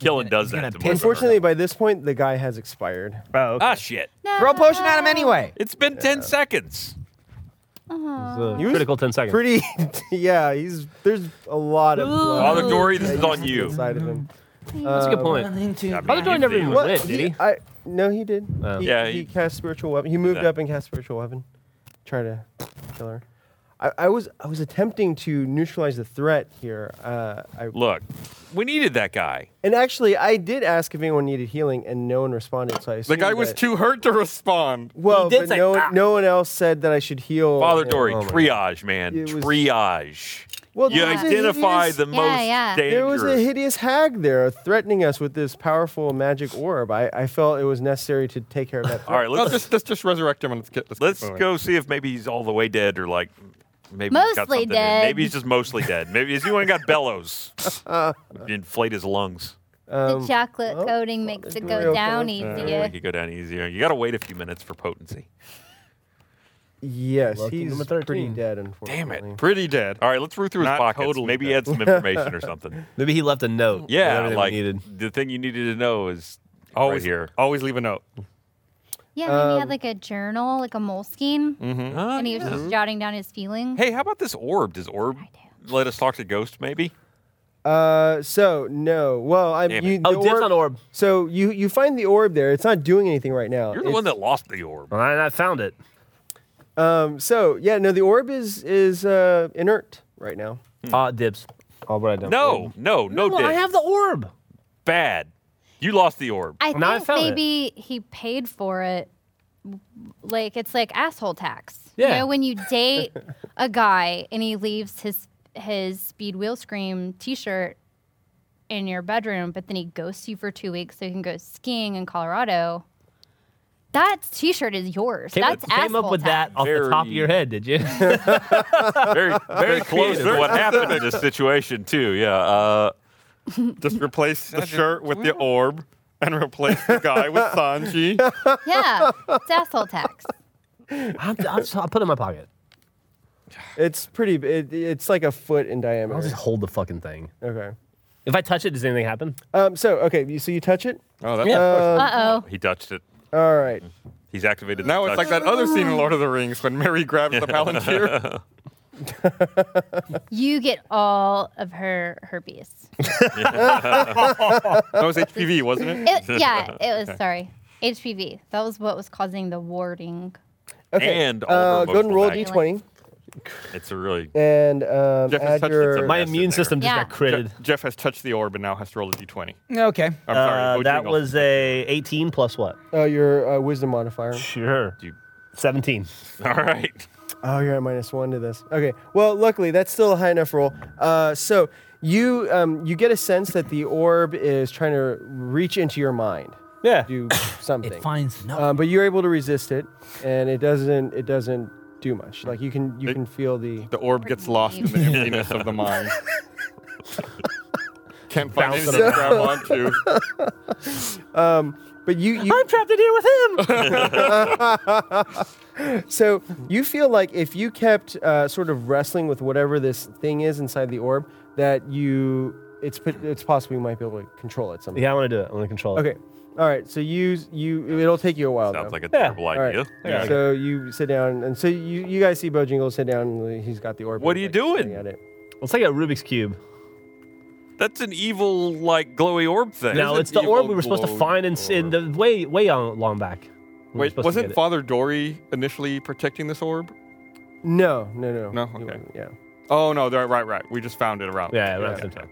gonna that. to piss most of us. Unfortunately, by this point, the guy has expired. Oh, okay. Ah, shit. No. Throw a potion at him anyway. It's been 10 seconds. was critical ten seconds. Pretty. yeah. He's there's a lot of blood Father Dory, this is on you. inside of him. Uh, That's a good point. Nothing to- I mean, Father Dory he's never the- even What? went, did he? Oh. I no, he did. He, Yeah, he, he- cast spiritual weapon. He moved that. up and cast spiritual weapon. Try to kill her. I, I was I was attempting to neutralize the threat here. Uh, I, Look, we needed that guy. and actually, I did ask if anyone needed healing, and no one responded. So I The guy assumed was that- too hurt to respond. Well, did but say, no, "Ah." one, no one else said that I should heal. Father him. Dory, Oh triage, man. Oh, It was- triage. Well, you there was a identify hideous- the Yeah, most yeah. dangerous. There was a hideous hag there threatening us with this powerful magic orb. I, I felt it was necessary to take care of that. All right, let's, Let's just, let's just resurrect him and let's get. Let's, keep let's moving. go see if maybe he's all the way dead or like maybe he's got Mostly something in. dead. Maybe he's just mostly dead. Maybe he's anyone got bellows. Inflate his lungs. Um, the chocolate oh, coating makes it Dory, go okay. down Make easier. it go down easier. You got to wait a few minutes for potency. Yes, Lucky he's number pretty 13. dead, unfortunately. Pretty dead. All right, let's root through his Not pockets. totally maybe he had dead. some information or something. Maybe he left a note. Yeah, whatever they like needed. the thing you needed to know is Always right here. Always leave a note. Yeah, maybe Um, he had like a journal, like a moleskine, Mm-hmm. Huh? and he was just jotting down his feelings. Hey, how about this orb? Does orb let us talk to ghost? Maybe. Uh, so no. Well, I'm Damn you. it. the Oh, dibs on orb. So you you find the orb there. It's not doing anything right now. You're the one that lost the orb. Well, I, I found it. Um. So yeah, no. The orb is is uh inert right now. Ah, dibs. All right, done. No, no, no, I dick. have the orb. Bad. You lost the orb. I Now I think found it. maybe he paid for it. Like it's like asshole tax. You Yeah. know when you date a guy and he leaves his his speed wheel scream T-shirt in your bedroom, but then he ghosts you for two weeks so he can go skiing in Colorado. That T-shirt is yours. Came, That's asshole came up with tax. that off the top of Very- your head, did you? Very, very close to creative. what happened in this situation too. Yeah. Uh, Just replace the shirt with the orb and replace the guy with Sanji. Yeah, it's asshole tax. I'll, I'll, just, I'll put it in my pocket. It's pretty. b- It, it's like a foot in diameter. I'll just hold the fucking thing. okay. If I touch it, does anything happen? Um. So okay. You, so you touch it. Oh, that's Uh oh. he touched it. All right. He's activated. the now it's touch. like that other scene in Lord of the Rings when Mary grabs the palantir. You get all of her herpes. That was HPV, wasn't it? It, yeah, it was. Sorry, HPV. That was what was causing the warding. Okay. And all of uh, her go ahead and emotional roll a baggage. d20. It's a really And um, Jeff has add touched your. some- My That's in immune there. system just Yeah. got critted. Jeff, Jeff has touched the orb and now has to roll a d20. Okay. I'm sorry. Uh, oh, that jingle. was a 18 plus what? Oh, your uh, wisdom modifier. Sure. You- 17. all right. Oh, you're at minus one to this. Okay. Well, luckily that's still a high enough roll. Uh, so you um, you get a sense that the orb is trying to reach into your mind, Yeah. do something. It finds no. um, but you're able to resist it, and it doesn't it doesn't do much. Like you can you It- can feel the The orb gets lost in the emptiness of the mind. Can't find Bounce anything to it grab onto. but you you I'm trapped in here with him. So you feel like if you kept uh, sort of wrestling with whatever this thing is inside the orb, that you it's po- it's possible you might be able to control it somehow. yeah, I want to do it. I want to control it. Okay. All right. So you you it'll take you a while. sounds though. like a Yeah. terrible All right. idea. Yeah. So you sit down, and so you you guys see Bojingle sit down, and he's got the orb. What and are he's, you like, doing? staring At it. It's like a Rubik's Cube. That's an evil, like glowy orb thing. There's No, an it's the evil orb we were supposed to glowed find in, in the way way on, long back. We were Wait, supposed to get wasn't it. Father Dory initially protecting this orb? No, no, no, No? You- Okay. Yeah. Oh no, right, right, right. We just found it around. Yeah, around the same time.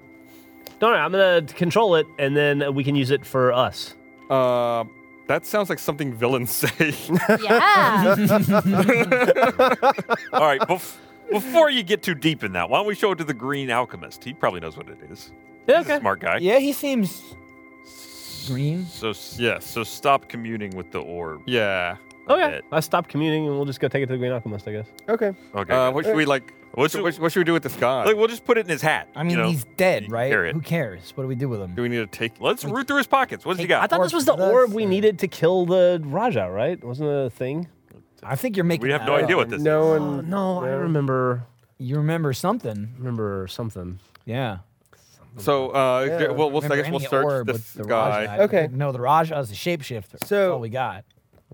No, no, I'm gonna control it, and then we can use it for us. Uh, that sounds like something villains say. Yeah. All right, bef- before you get too deep in that, why don't we show it to the Green Alchemist? He probably knows what it is. Yeah, okay. Smart guy. Yeah, he seems green. So s- Yes. So stop commuting with the orb. yeah. Okay. I stop commuting, and we'll just go take it to the Green Alchemist, I guess. Okay. Okay. Uh, good. what should we like? What What's should, it- what, should we do with this god? Like, we'll just put it in his hat. I mean, you know? he's dead, you right? carry it. Who cares? What do we do with him? do we need to take? Let's root through his pockets. What does he got? I thought this Orb was the for this, orb we or- needed to kill the Raja, right? Wasn't it a thing? I think you're making. we have that no up. idea what this no is. one. Oh, no, I remember You remember something? remember something. Yeah. So, uh, Yeah. we'll, we'll I Remember guess we'll any search orb with this the guy. Rajah. Okay. No, the Rajah is a shapeshifter. That's So- all we got.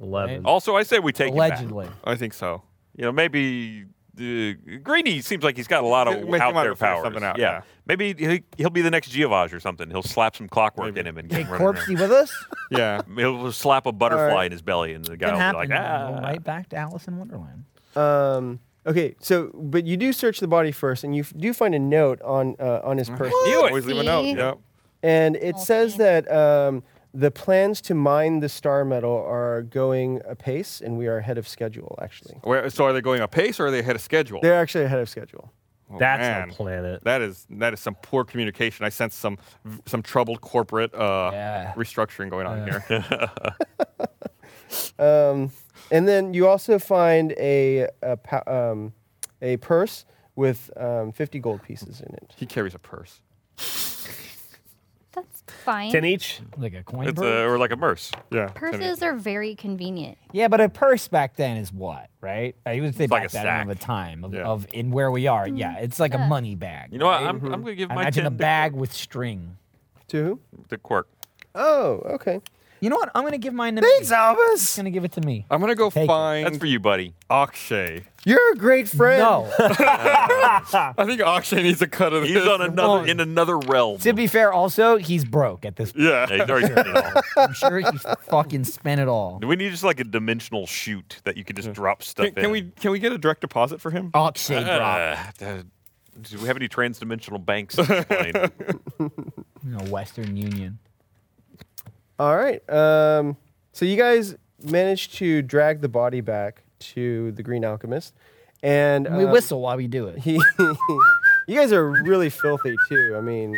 Eleven. Also, I say we take It back. Allegedly. I think so. You know, maybe uh, Greeny seems like he's got a lot of Make him out out there to figure powers. something out, yeah. yeah. Maybe he- he'll be the next Geovage or something. He'll slap some clockwork in him and get Hey, him running around. Corpsey with us? Yeah. He'll slap a butterfly Alright. in his belly, and the guy Can will be happen. like, We'll go ah. Right back to Alice in Wonderland. Um. Okay. So, but you do search the body first, and you f- do find a note on uh, on his person. Knew it. Always leave a note. See? Yep. And it says that um, the plans to mine the star metal are going apace, and we are ahead of schedule. Actually, Where, so are they going a pace or are they ahead of schedule? they're actually ahead of schedule. Oh, That's man. a planet. That is that is some poor communication. I sense some some troubled corporate uh, Yeah. Uh. restructuring going on here. Um, And then you also find a a, pa- um, a purse with um, fifty gold pieces in it. he carries a purse. That's fine. Ten each. Like a coin It's purse? a, or like a merce. Yeah. Purses are very convenient. Yeah, but a purse back then is what, right? I would say like back a then of a sack. time of, Yeah. of in where we are. Mm. Yeah, it's like a money bag. You know what? right? I'm, I'm going to give my Imagine a 10 bag with string. To who? to, to Quirk. Oh, okay. You know what? I'm gonna give mine to Thanks, me. Albus. I'm gonna give it to me. I'm gonna go Take it. That's for find you, buddy. Akshay. You're a great friend. No. I think Akshay needs a cut of this. He's on another in another realm. to be fair, also he's broke at this. point. yeah. Yeah, he's already spent it all. I'm sure he fucking spent it all. Do we need just like a dimensional chute that you could just drop stuff Can, can in? we can we get a direct deposit for him? Auction drop. Uh, uh, do we have any transdimensional banks? in this plane? You know, Western Union. All right. Um, so you guys managed to drag the body back to the Green Alchemist, and we um, whistle while we do it. He, you guys are really filthy too. I mean,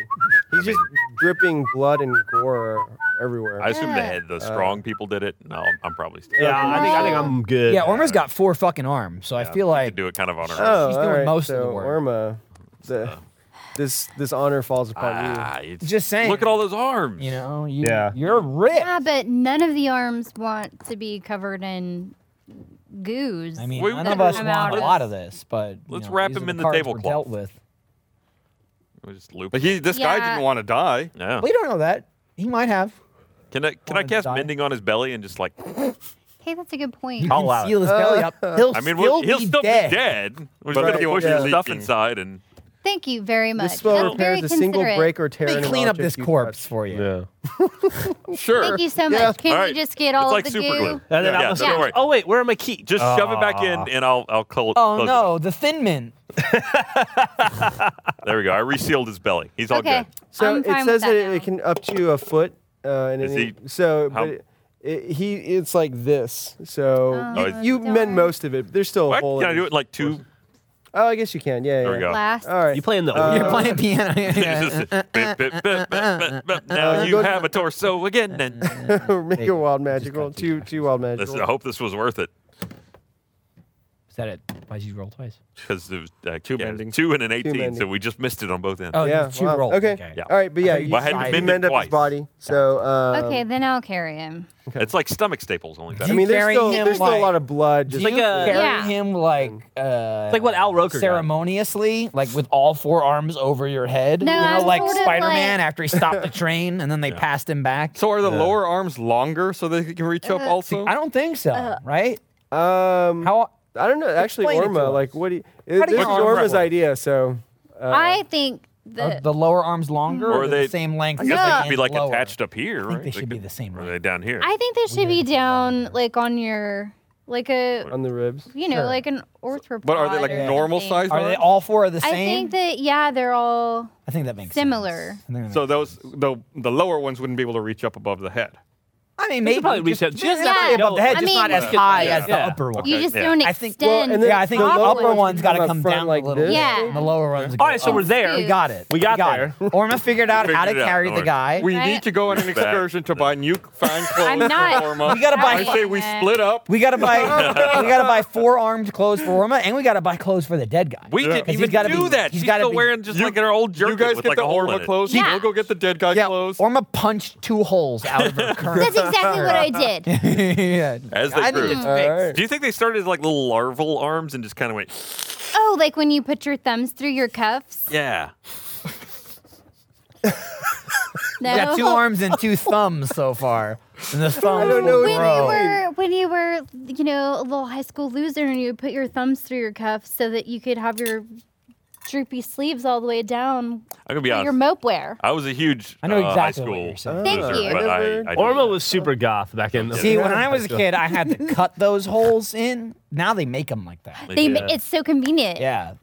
he's just dripping blood and gore everywhere. I assume the Yeah. head, Uh, the strong people did it. No, I'm, I'm probably still. Yeah, I think I think I'm good. yeah, Orma's got four fucking arms, so I feel could like do it kind of on our own. oh, he's doing all right, most so of the work. Orma, the, this this honor falls upon Ah, it's- Just saying. Look at all those arms. you know, you, Yeah. you're rich. Yeah, but none of the arms want to be covered in goos. I mean, We- none of us I'm want out a of- lot of this, but you Let's know, wrap these are him in the cards we're tablecloth. Dealt with. We just loop. But he this guy Yeah. didn't want to die. yeah. We don't know that. He might have. Can I can I Wanna cast die? mending on his belly and just like? hey, that's a good You point. can allow it. seal his belly up. He'll I still mean, we'll, he'll be still dead. be dead. We're just But it gonna push won't his be stuff leaking. inside and Thank you very much. This spell That's very repairs a single considerate. break or tear They in an clean up object this you corpse touch. for you. Yeah. Sure. Thank you so much. Can All we right. just get all it's of like the super goo? glue. And then yeah, I was don't like, worry. Oh wait, where are my keys? Just shove it back in, and I'll I'll cl- Oh close no, the thin mint. it. There we go. I resealed his belly. He's all Okay. good. So I'm fine it with says that that, it, now. it can up to a foot. Uh, and Is any- he- so how- but it, it, he it's like this. So Oh, you- you darn. mend most of it. but There's still a What? hole. Can I in do it like two? Oh, I guess you can. Yeah. There yeah. we go. Last. All right. You playing the Uh, You're playing piano. Just- bip, bip, bip, bip, bip, bip. Now Uh, you go to- have a torso again. Then. Make a wild magical. Two two wild This, magical. I hope this was worth it Is that it? Why'd you roll twice? because it was uh, two, bending. two and an eighteen, bending. so we just missed it on both ends. Oh, yeah. two wow. rolls. Okay. okay. Yeah. All right. But yeah, I thought you, you I had to you mend mend it up his twice. body. So um, Okay, then I'll carry him. It's like stomach staples, only I better. mean, there's Carrying still him there's still a like- lot of blood. Do Just you Like a- carry Yeah. him like uh, like what Al Roker got. ceremoniously, like with all four arms over your head, No, you I'm know, like sort of Spider-Man like- after he stopped the train and then they passed him back. So are the lower arms longer so they can reach up also? I don't think so, Uh, right? um, How I don't know. Actually, Explain it to Orma, us. like, what do you? How It, do you this is arm Orma's wrestle? idea. So I think the, are the lower arms longer Or or, they- the same length? I guess but they could be like lower? attached up here. think right? they should be could- the same or length. they down here. I think they should be down like on your like a on the ribs. you know Sure. like an orthopod. But are they like or normal something. size? Are they arms? all four are the I same? think that yeah, they're all I think that makes similar. Sense. I think that So those the the lower ones wouldn't be able to reach up above the head. I mean, They maybe should probably reach just, out. Just Yeah. not above the head, I just not mean- as high as the Yeah. upper one. You just yeah. don't I extend. think- well, and then yeah, I think the the upper lower one's got to one's come front down like a little. bit. this. Yeah. the lower one's. All right, so we're there. We got it. We got there. it. Orma figured out how to Figured it out, carry don't the worry. guy. We Right. need to go on an excursion to buy new fine clothes I'm not- for Orma. We gotta buy- I say we split up. We gotta buy we gotta buy four armed clothes for Roma, and we gotta buy clothes for the dead guy. we didn't 'Cause he's even gotta do be- that. he's She's gotta still be- wearing just you, like an old jerkin you guys with get like the a hole in Orma it. clothes. Yeah. We'll go get the dead guy yeah, clothes. Orma punched two holes out of her current. That's exactly what I did. yeah. As they I need grew. it All fixed. right. Do you think they started as like little larval arms and just kind of went, Oh, like when you put your thumbs through your cuffs? yeah? No. We got two arms and two thumbs so far, and the thumbs don't know will what you Oh. When you grow. were when you were you know a little high school loser and you would put your thumbs through your cuffs so that you could have your droopy sleeves all the way down I'm gonna be for your honest. mope wear. I was a huge I know uh, high exactly what school you're saying. Thank loser, you. but I, I didn't. Orma was super goth back in. the See, day. when I was a kid, I had to cut those holes in. Now they make them like that. They, Yeah. It's so convenient. Yeah,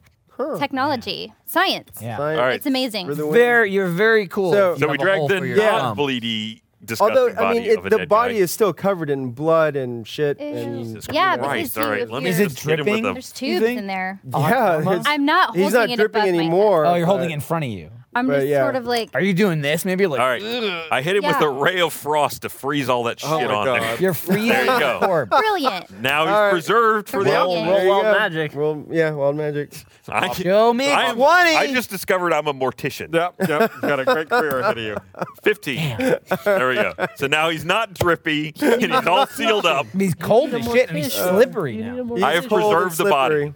Technology, science. yeah. Fine. All right. It's amazing. For the win. Very, you're very cool. So- if you So have we a hole dragged the for your non thumb. bleedy, disgusting Although I body mean, it, of a the dead body guy. is still covered in blood and shit. Ew. And, Yeah, you know. but Christ, this all right, if let me you're- Is it just hit him dripping? with a There's tubes think? in there. Yeah, Arma? it's- I'm not holding he's not it dripping above my head. anymore. Uh, Oh, you're Uh, holding but- it in front of you. I'm But just yeah. sort of like Are you doing this? Maybe like All right, I hit him with Yeah. a ray of frost to freeze all that shit Oh my on God. there. you're freezing There you the go. corpse. brilliant. Now he's All right. preserved for the Well, outlaw. well, There you Wild go. magic. Well, yeah, wild magic. I, Show me I am- 20. I just discovered I'm a mortician. Yep, yep. You've got a great career ahead of you. 15. there we go. So now he's not drippy and he's all sealed up. He's cold as shit and he's slippery now. He's I have cold and preserved the body. slippery.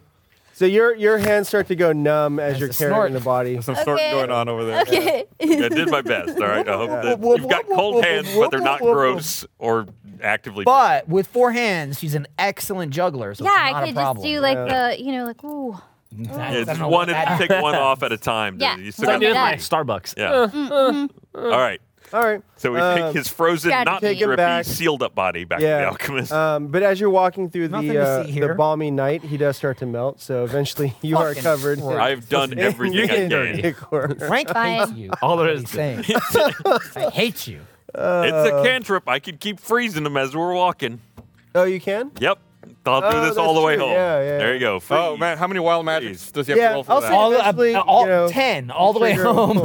So your your hands start to go numb as That's you're a carrying snort. the body. There's some sorting Okay. going on over there. Okay. I did my best. All right. I hope that you've got cold hands, but they're not gross or actively. But with four hands, she's an excellent juggler. So yeah, it's not I a could just problem. do like the you know like ooh. That's- I it's don't know one what and that- take one off at a time. dude. Yeah, You It's still like got doing Yeah. like Starbucks. Yeah. All right. All right. So we Um, take his frozen, not Take him drippy, back. sealed up body back to the alchemist. Um, but as you're walking through Nothing the to uh, see here. the balmy night, he does start to melt. So eventually, you are Fucking covered. Christ. I've done everything I can. Frank hates Fine. you. All there That's is. what he's saying. I hate you. it's a cantrip. I can keep freezing him as we're walking. Oh, you can. Yep. I'll do Oh, this all that's the way true. home. Yeah, yeah, There yeah. you go. Freeze. Oh man, how many wild magics does he have Yeah, to roll for I'll that? say- All, uh, Eventually, all you know, ten, all the way trigger- home.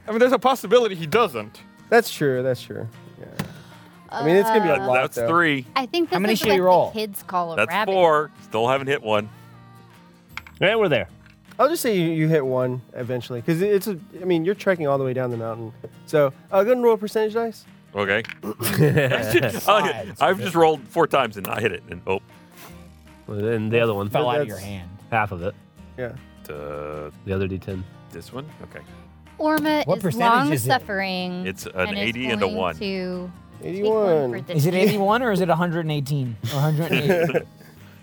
I mean, there's a possibility he doesn't. That's true. That's true. Yeah. I mean, it's gonna be a That- lot. Uh, that's though. three. I think this many is should what you roll? the kids call a That's rabbit. four. Still haven't hit one. Yeah, we're there. I'll just say you, you hit one eventually, because it's a. I mean, you're trekking all the way down the mountain. So uh, go ahead and roll percentage dice. Okay. I, I've just rolled four times and I hit it. And oh, And the other one Fell out that's- of your hand. Half of it. Yeah. uh, The other D10. this one. Okay. Orma What is percentage long is it? suffering. It's an and is 80 and a going one. To take one for 81. this Is it year. 81 or is it 118? Or 108?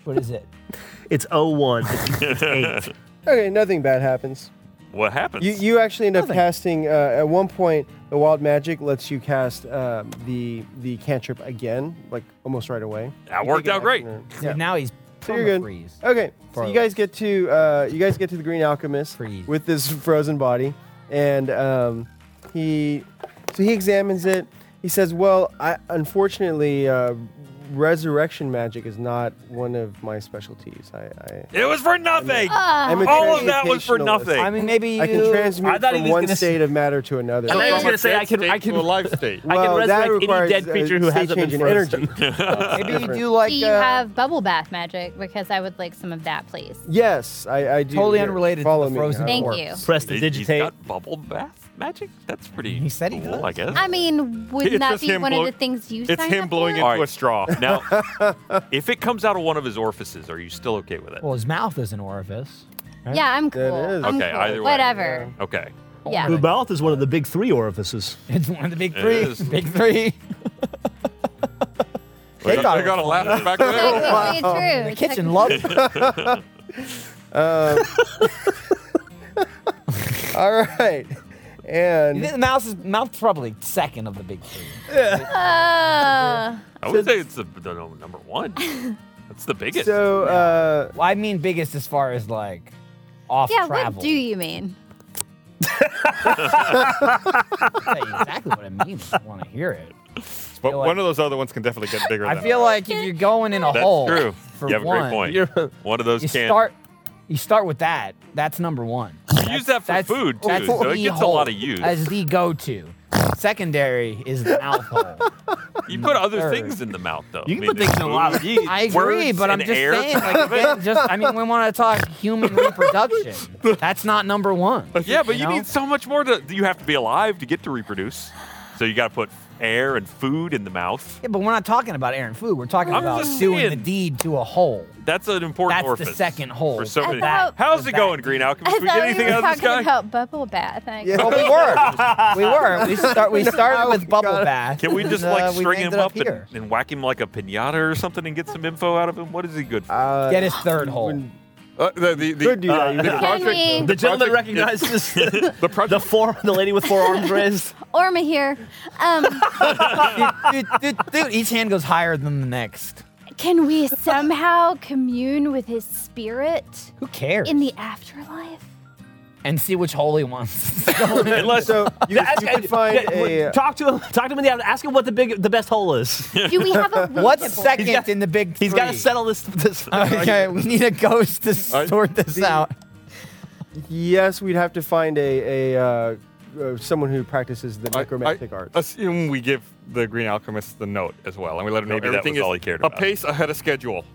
what is it? oh It's 01. It's eight. Okay, nothing bad happens. What happens? You you actually end up Nothing. casting uh, at one point. The wild magic lets you cast um, the the cantrip again, like almost right away. That You worked take an out great. action or- So now he's So you're good. perma-freeze. Okay, so Far you left. guys get to uh, you guys get to the Green Alchemist Freeze. with this frozen body, and um, he so he examines it. He says, "Well, I, unfortunately, uh, resurrection magic is not one of my specialties. I, I It was for nothing. Uh, I'm a All of that was for transmutationalist. nothing. I mean, maybe you, I can transmute I thought he from was one gonna s- state of matter to another. I thought he was From gonna a say I dead can- I state can- to a life state. I can Well, that resurrect any requires dead a creature who state hasn't been change in frozen. maybe you different. do like do you uh, have bubble bath magic? Because I would like some of that, please. Yes, I, I do. totally Here, unrelated Follow to the me. frozen. Thank corpse. you. Press to He- he's digitate. got bubble bath magic. That's pretty. He said he cool, does. I guess. I mean, It's wouldn't that just be him one blow- of the things you It's signed him up blowing for? into Alright. a straw. Oh, now, if it comes out of one of his orifices, are you still okay with it? Well, his mouth is an orifice. Yeah, I'm That cool. is. I'm Okay, cool. either way. Whatever. okay. Yeah. The mouth is one of the big three orifices. It's one of the big It three. is. Big three. They thought got a laugh back there. Technically The kitchen true. loves All right, and the mouse is mouth's probably second of the big three. Uh, I would say it's the, the no- number one. That's the biggest. so uh, Well, I mean biggest as far as like off yeah, travel. what do you mean? I'll tell you exactly what it means. I want to hear it. But one of those other ones can definitely get bigger. I than feel that. like if you're going in a That's hole, true. For you have one, a great point. You one of those can start. You start with that. That's number one. use that for That's food too, that's so it the gets a lot hole of use. As the go-to. Secondary is the mouth hole. you put other Third. things in the mouth though. I You can mean, put things in a there's lot. food. of- You, I agree, Words but I'm and just air. saying, like, again, just I mean, we want to talk human reproduction. That's not number one. Yeah, but you, know? need so much more to. You have to be alive to get to reproduce. So you got to put air and food in the mouth. Yeah, but we're not talking about air and food. We're talking I'm about just doing the saying. deed to a hole. That's an important That's the orifice. second hole. For so I many. thought- How's For it that. going, Green Alchemist? I We thought get anything we were out of this talking guy? about bubble bath. I Yeah. Well, we were. We were. We start. We started with bubble bath. Can we just and, like uh, we string ended him up, here? and, and whack him like a pinata or something and get some info out of him? What is he good for? uh, Get his third hole. Uh, the, the, the, uh, Could do that, you the could. project- Can we- the gentleman project is- recognizes the, The project the four, the lady with four arms raised. Orma here. Um, dude, dude, dude, each hand goes higher than the next. can we somehow commune with his spirit Who cares? in the afterlife? and see which hole he wants. Unless so you, Ask- you can find yeah, a. talk to him. Talk to him in the ask him what the big, the best hole is. Do we have a What's reachable- second He's got- in the big? He's got to three? settle this. this Okay, we need a ghost to I- sort this out. Yes, we'd have to find a a uh, uh, someone who practices the I- necromantic I art. Assume we give the Green Alchemist the note as well, and we let him know Maybe that everything was is all he cared a about. pace ahead of schedule.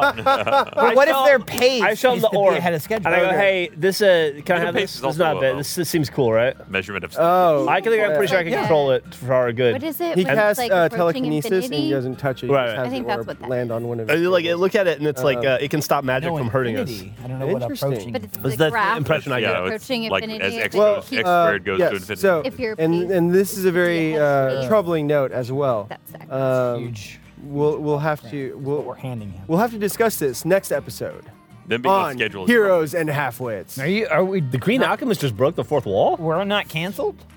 But what if shall- they're paid? I showed him the to orb. be ahead of schedule. And I go, hey, this uh, can I The have pace is this? This is also not low, bad. though. This, this seems cool, right? measurement of oh, I can think I'm pretty sure I can Yeah. control it for our good. What is it? he when it's, casts like, uh, approaching telekinesis and infinity? he doesn't touch it. He Right, just right. has I think the that's orb what that land on one of I his. like I tables. look at it and it's like uh, it can stop magic No, from hurting us. infinity. I don't know what Interesting. approaching. But it's Was the that the graph. impression I yeah, got? it's Approaching like as infinity, X Well, goes, uh, X squared goes yes, to infinity. So, If you're and, pleased and this is a very to be uh, happy. troubling note as well. That's accurate. Um, huge. We'll we'll have to What we're we'll handing him. we'll have to discuss this next episode then being on on schedule. is- heroes and halfwits. Are you? Are we? The Green Alchemist just broke the fourth wall. We're not canceled.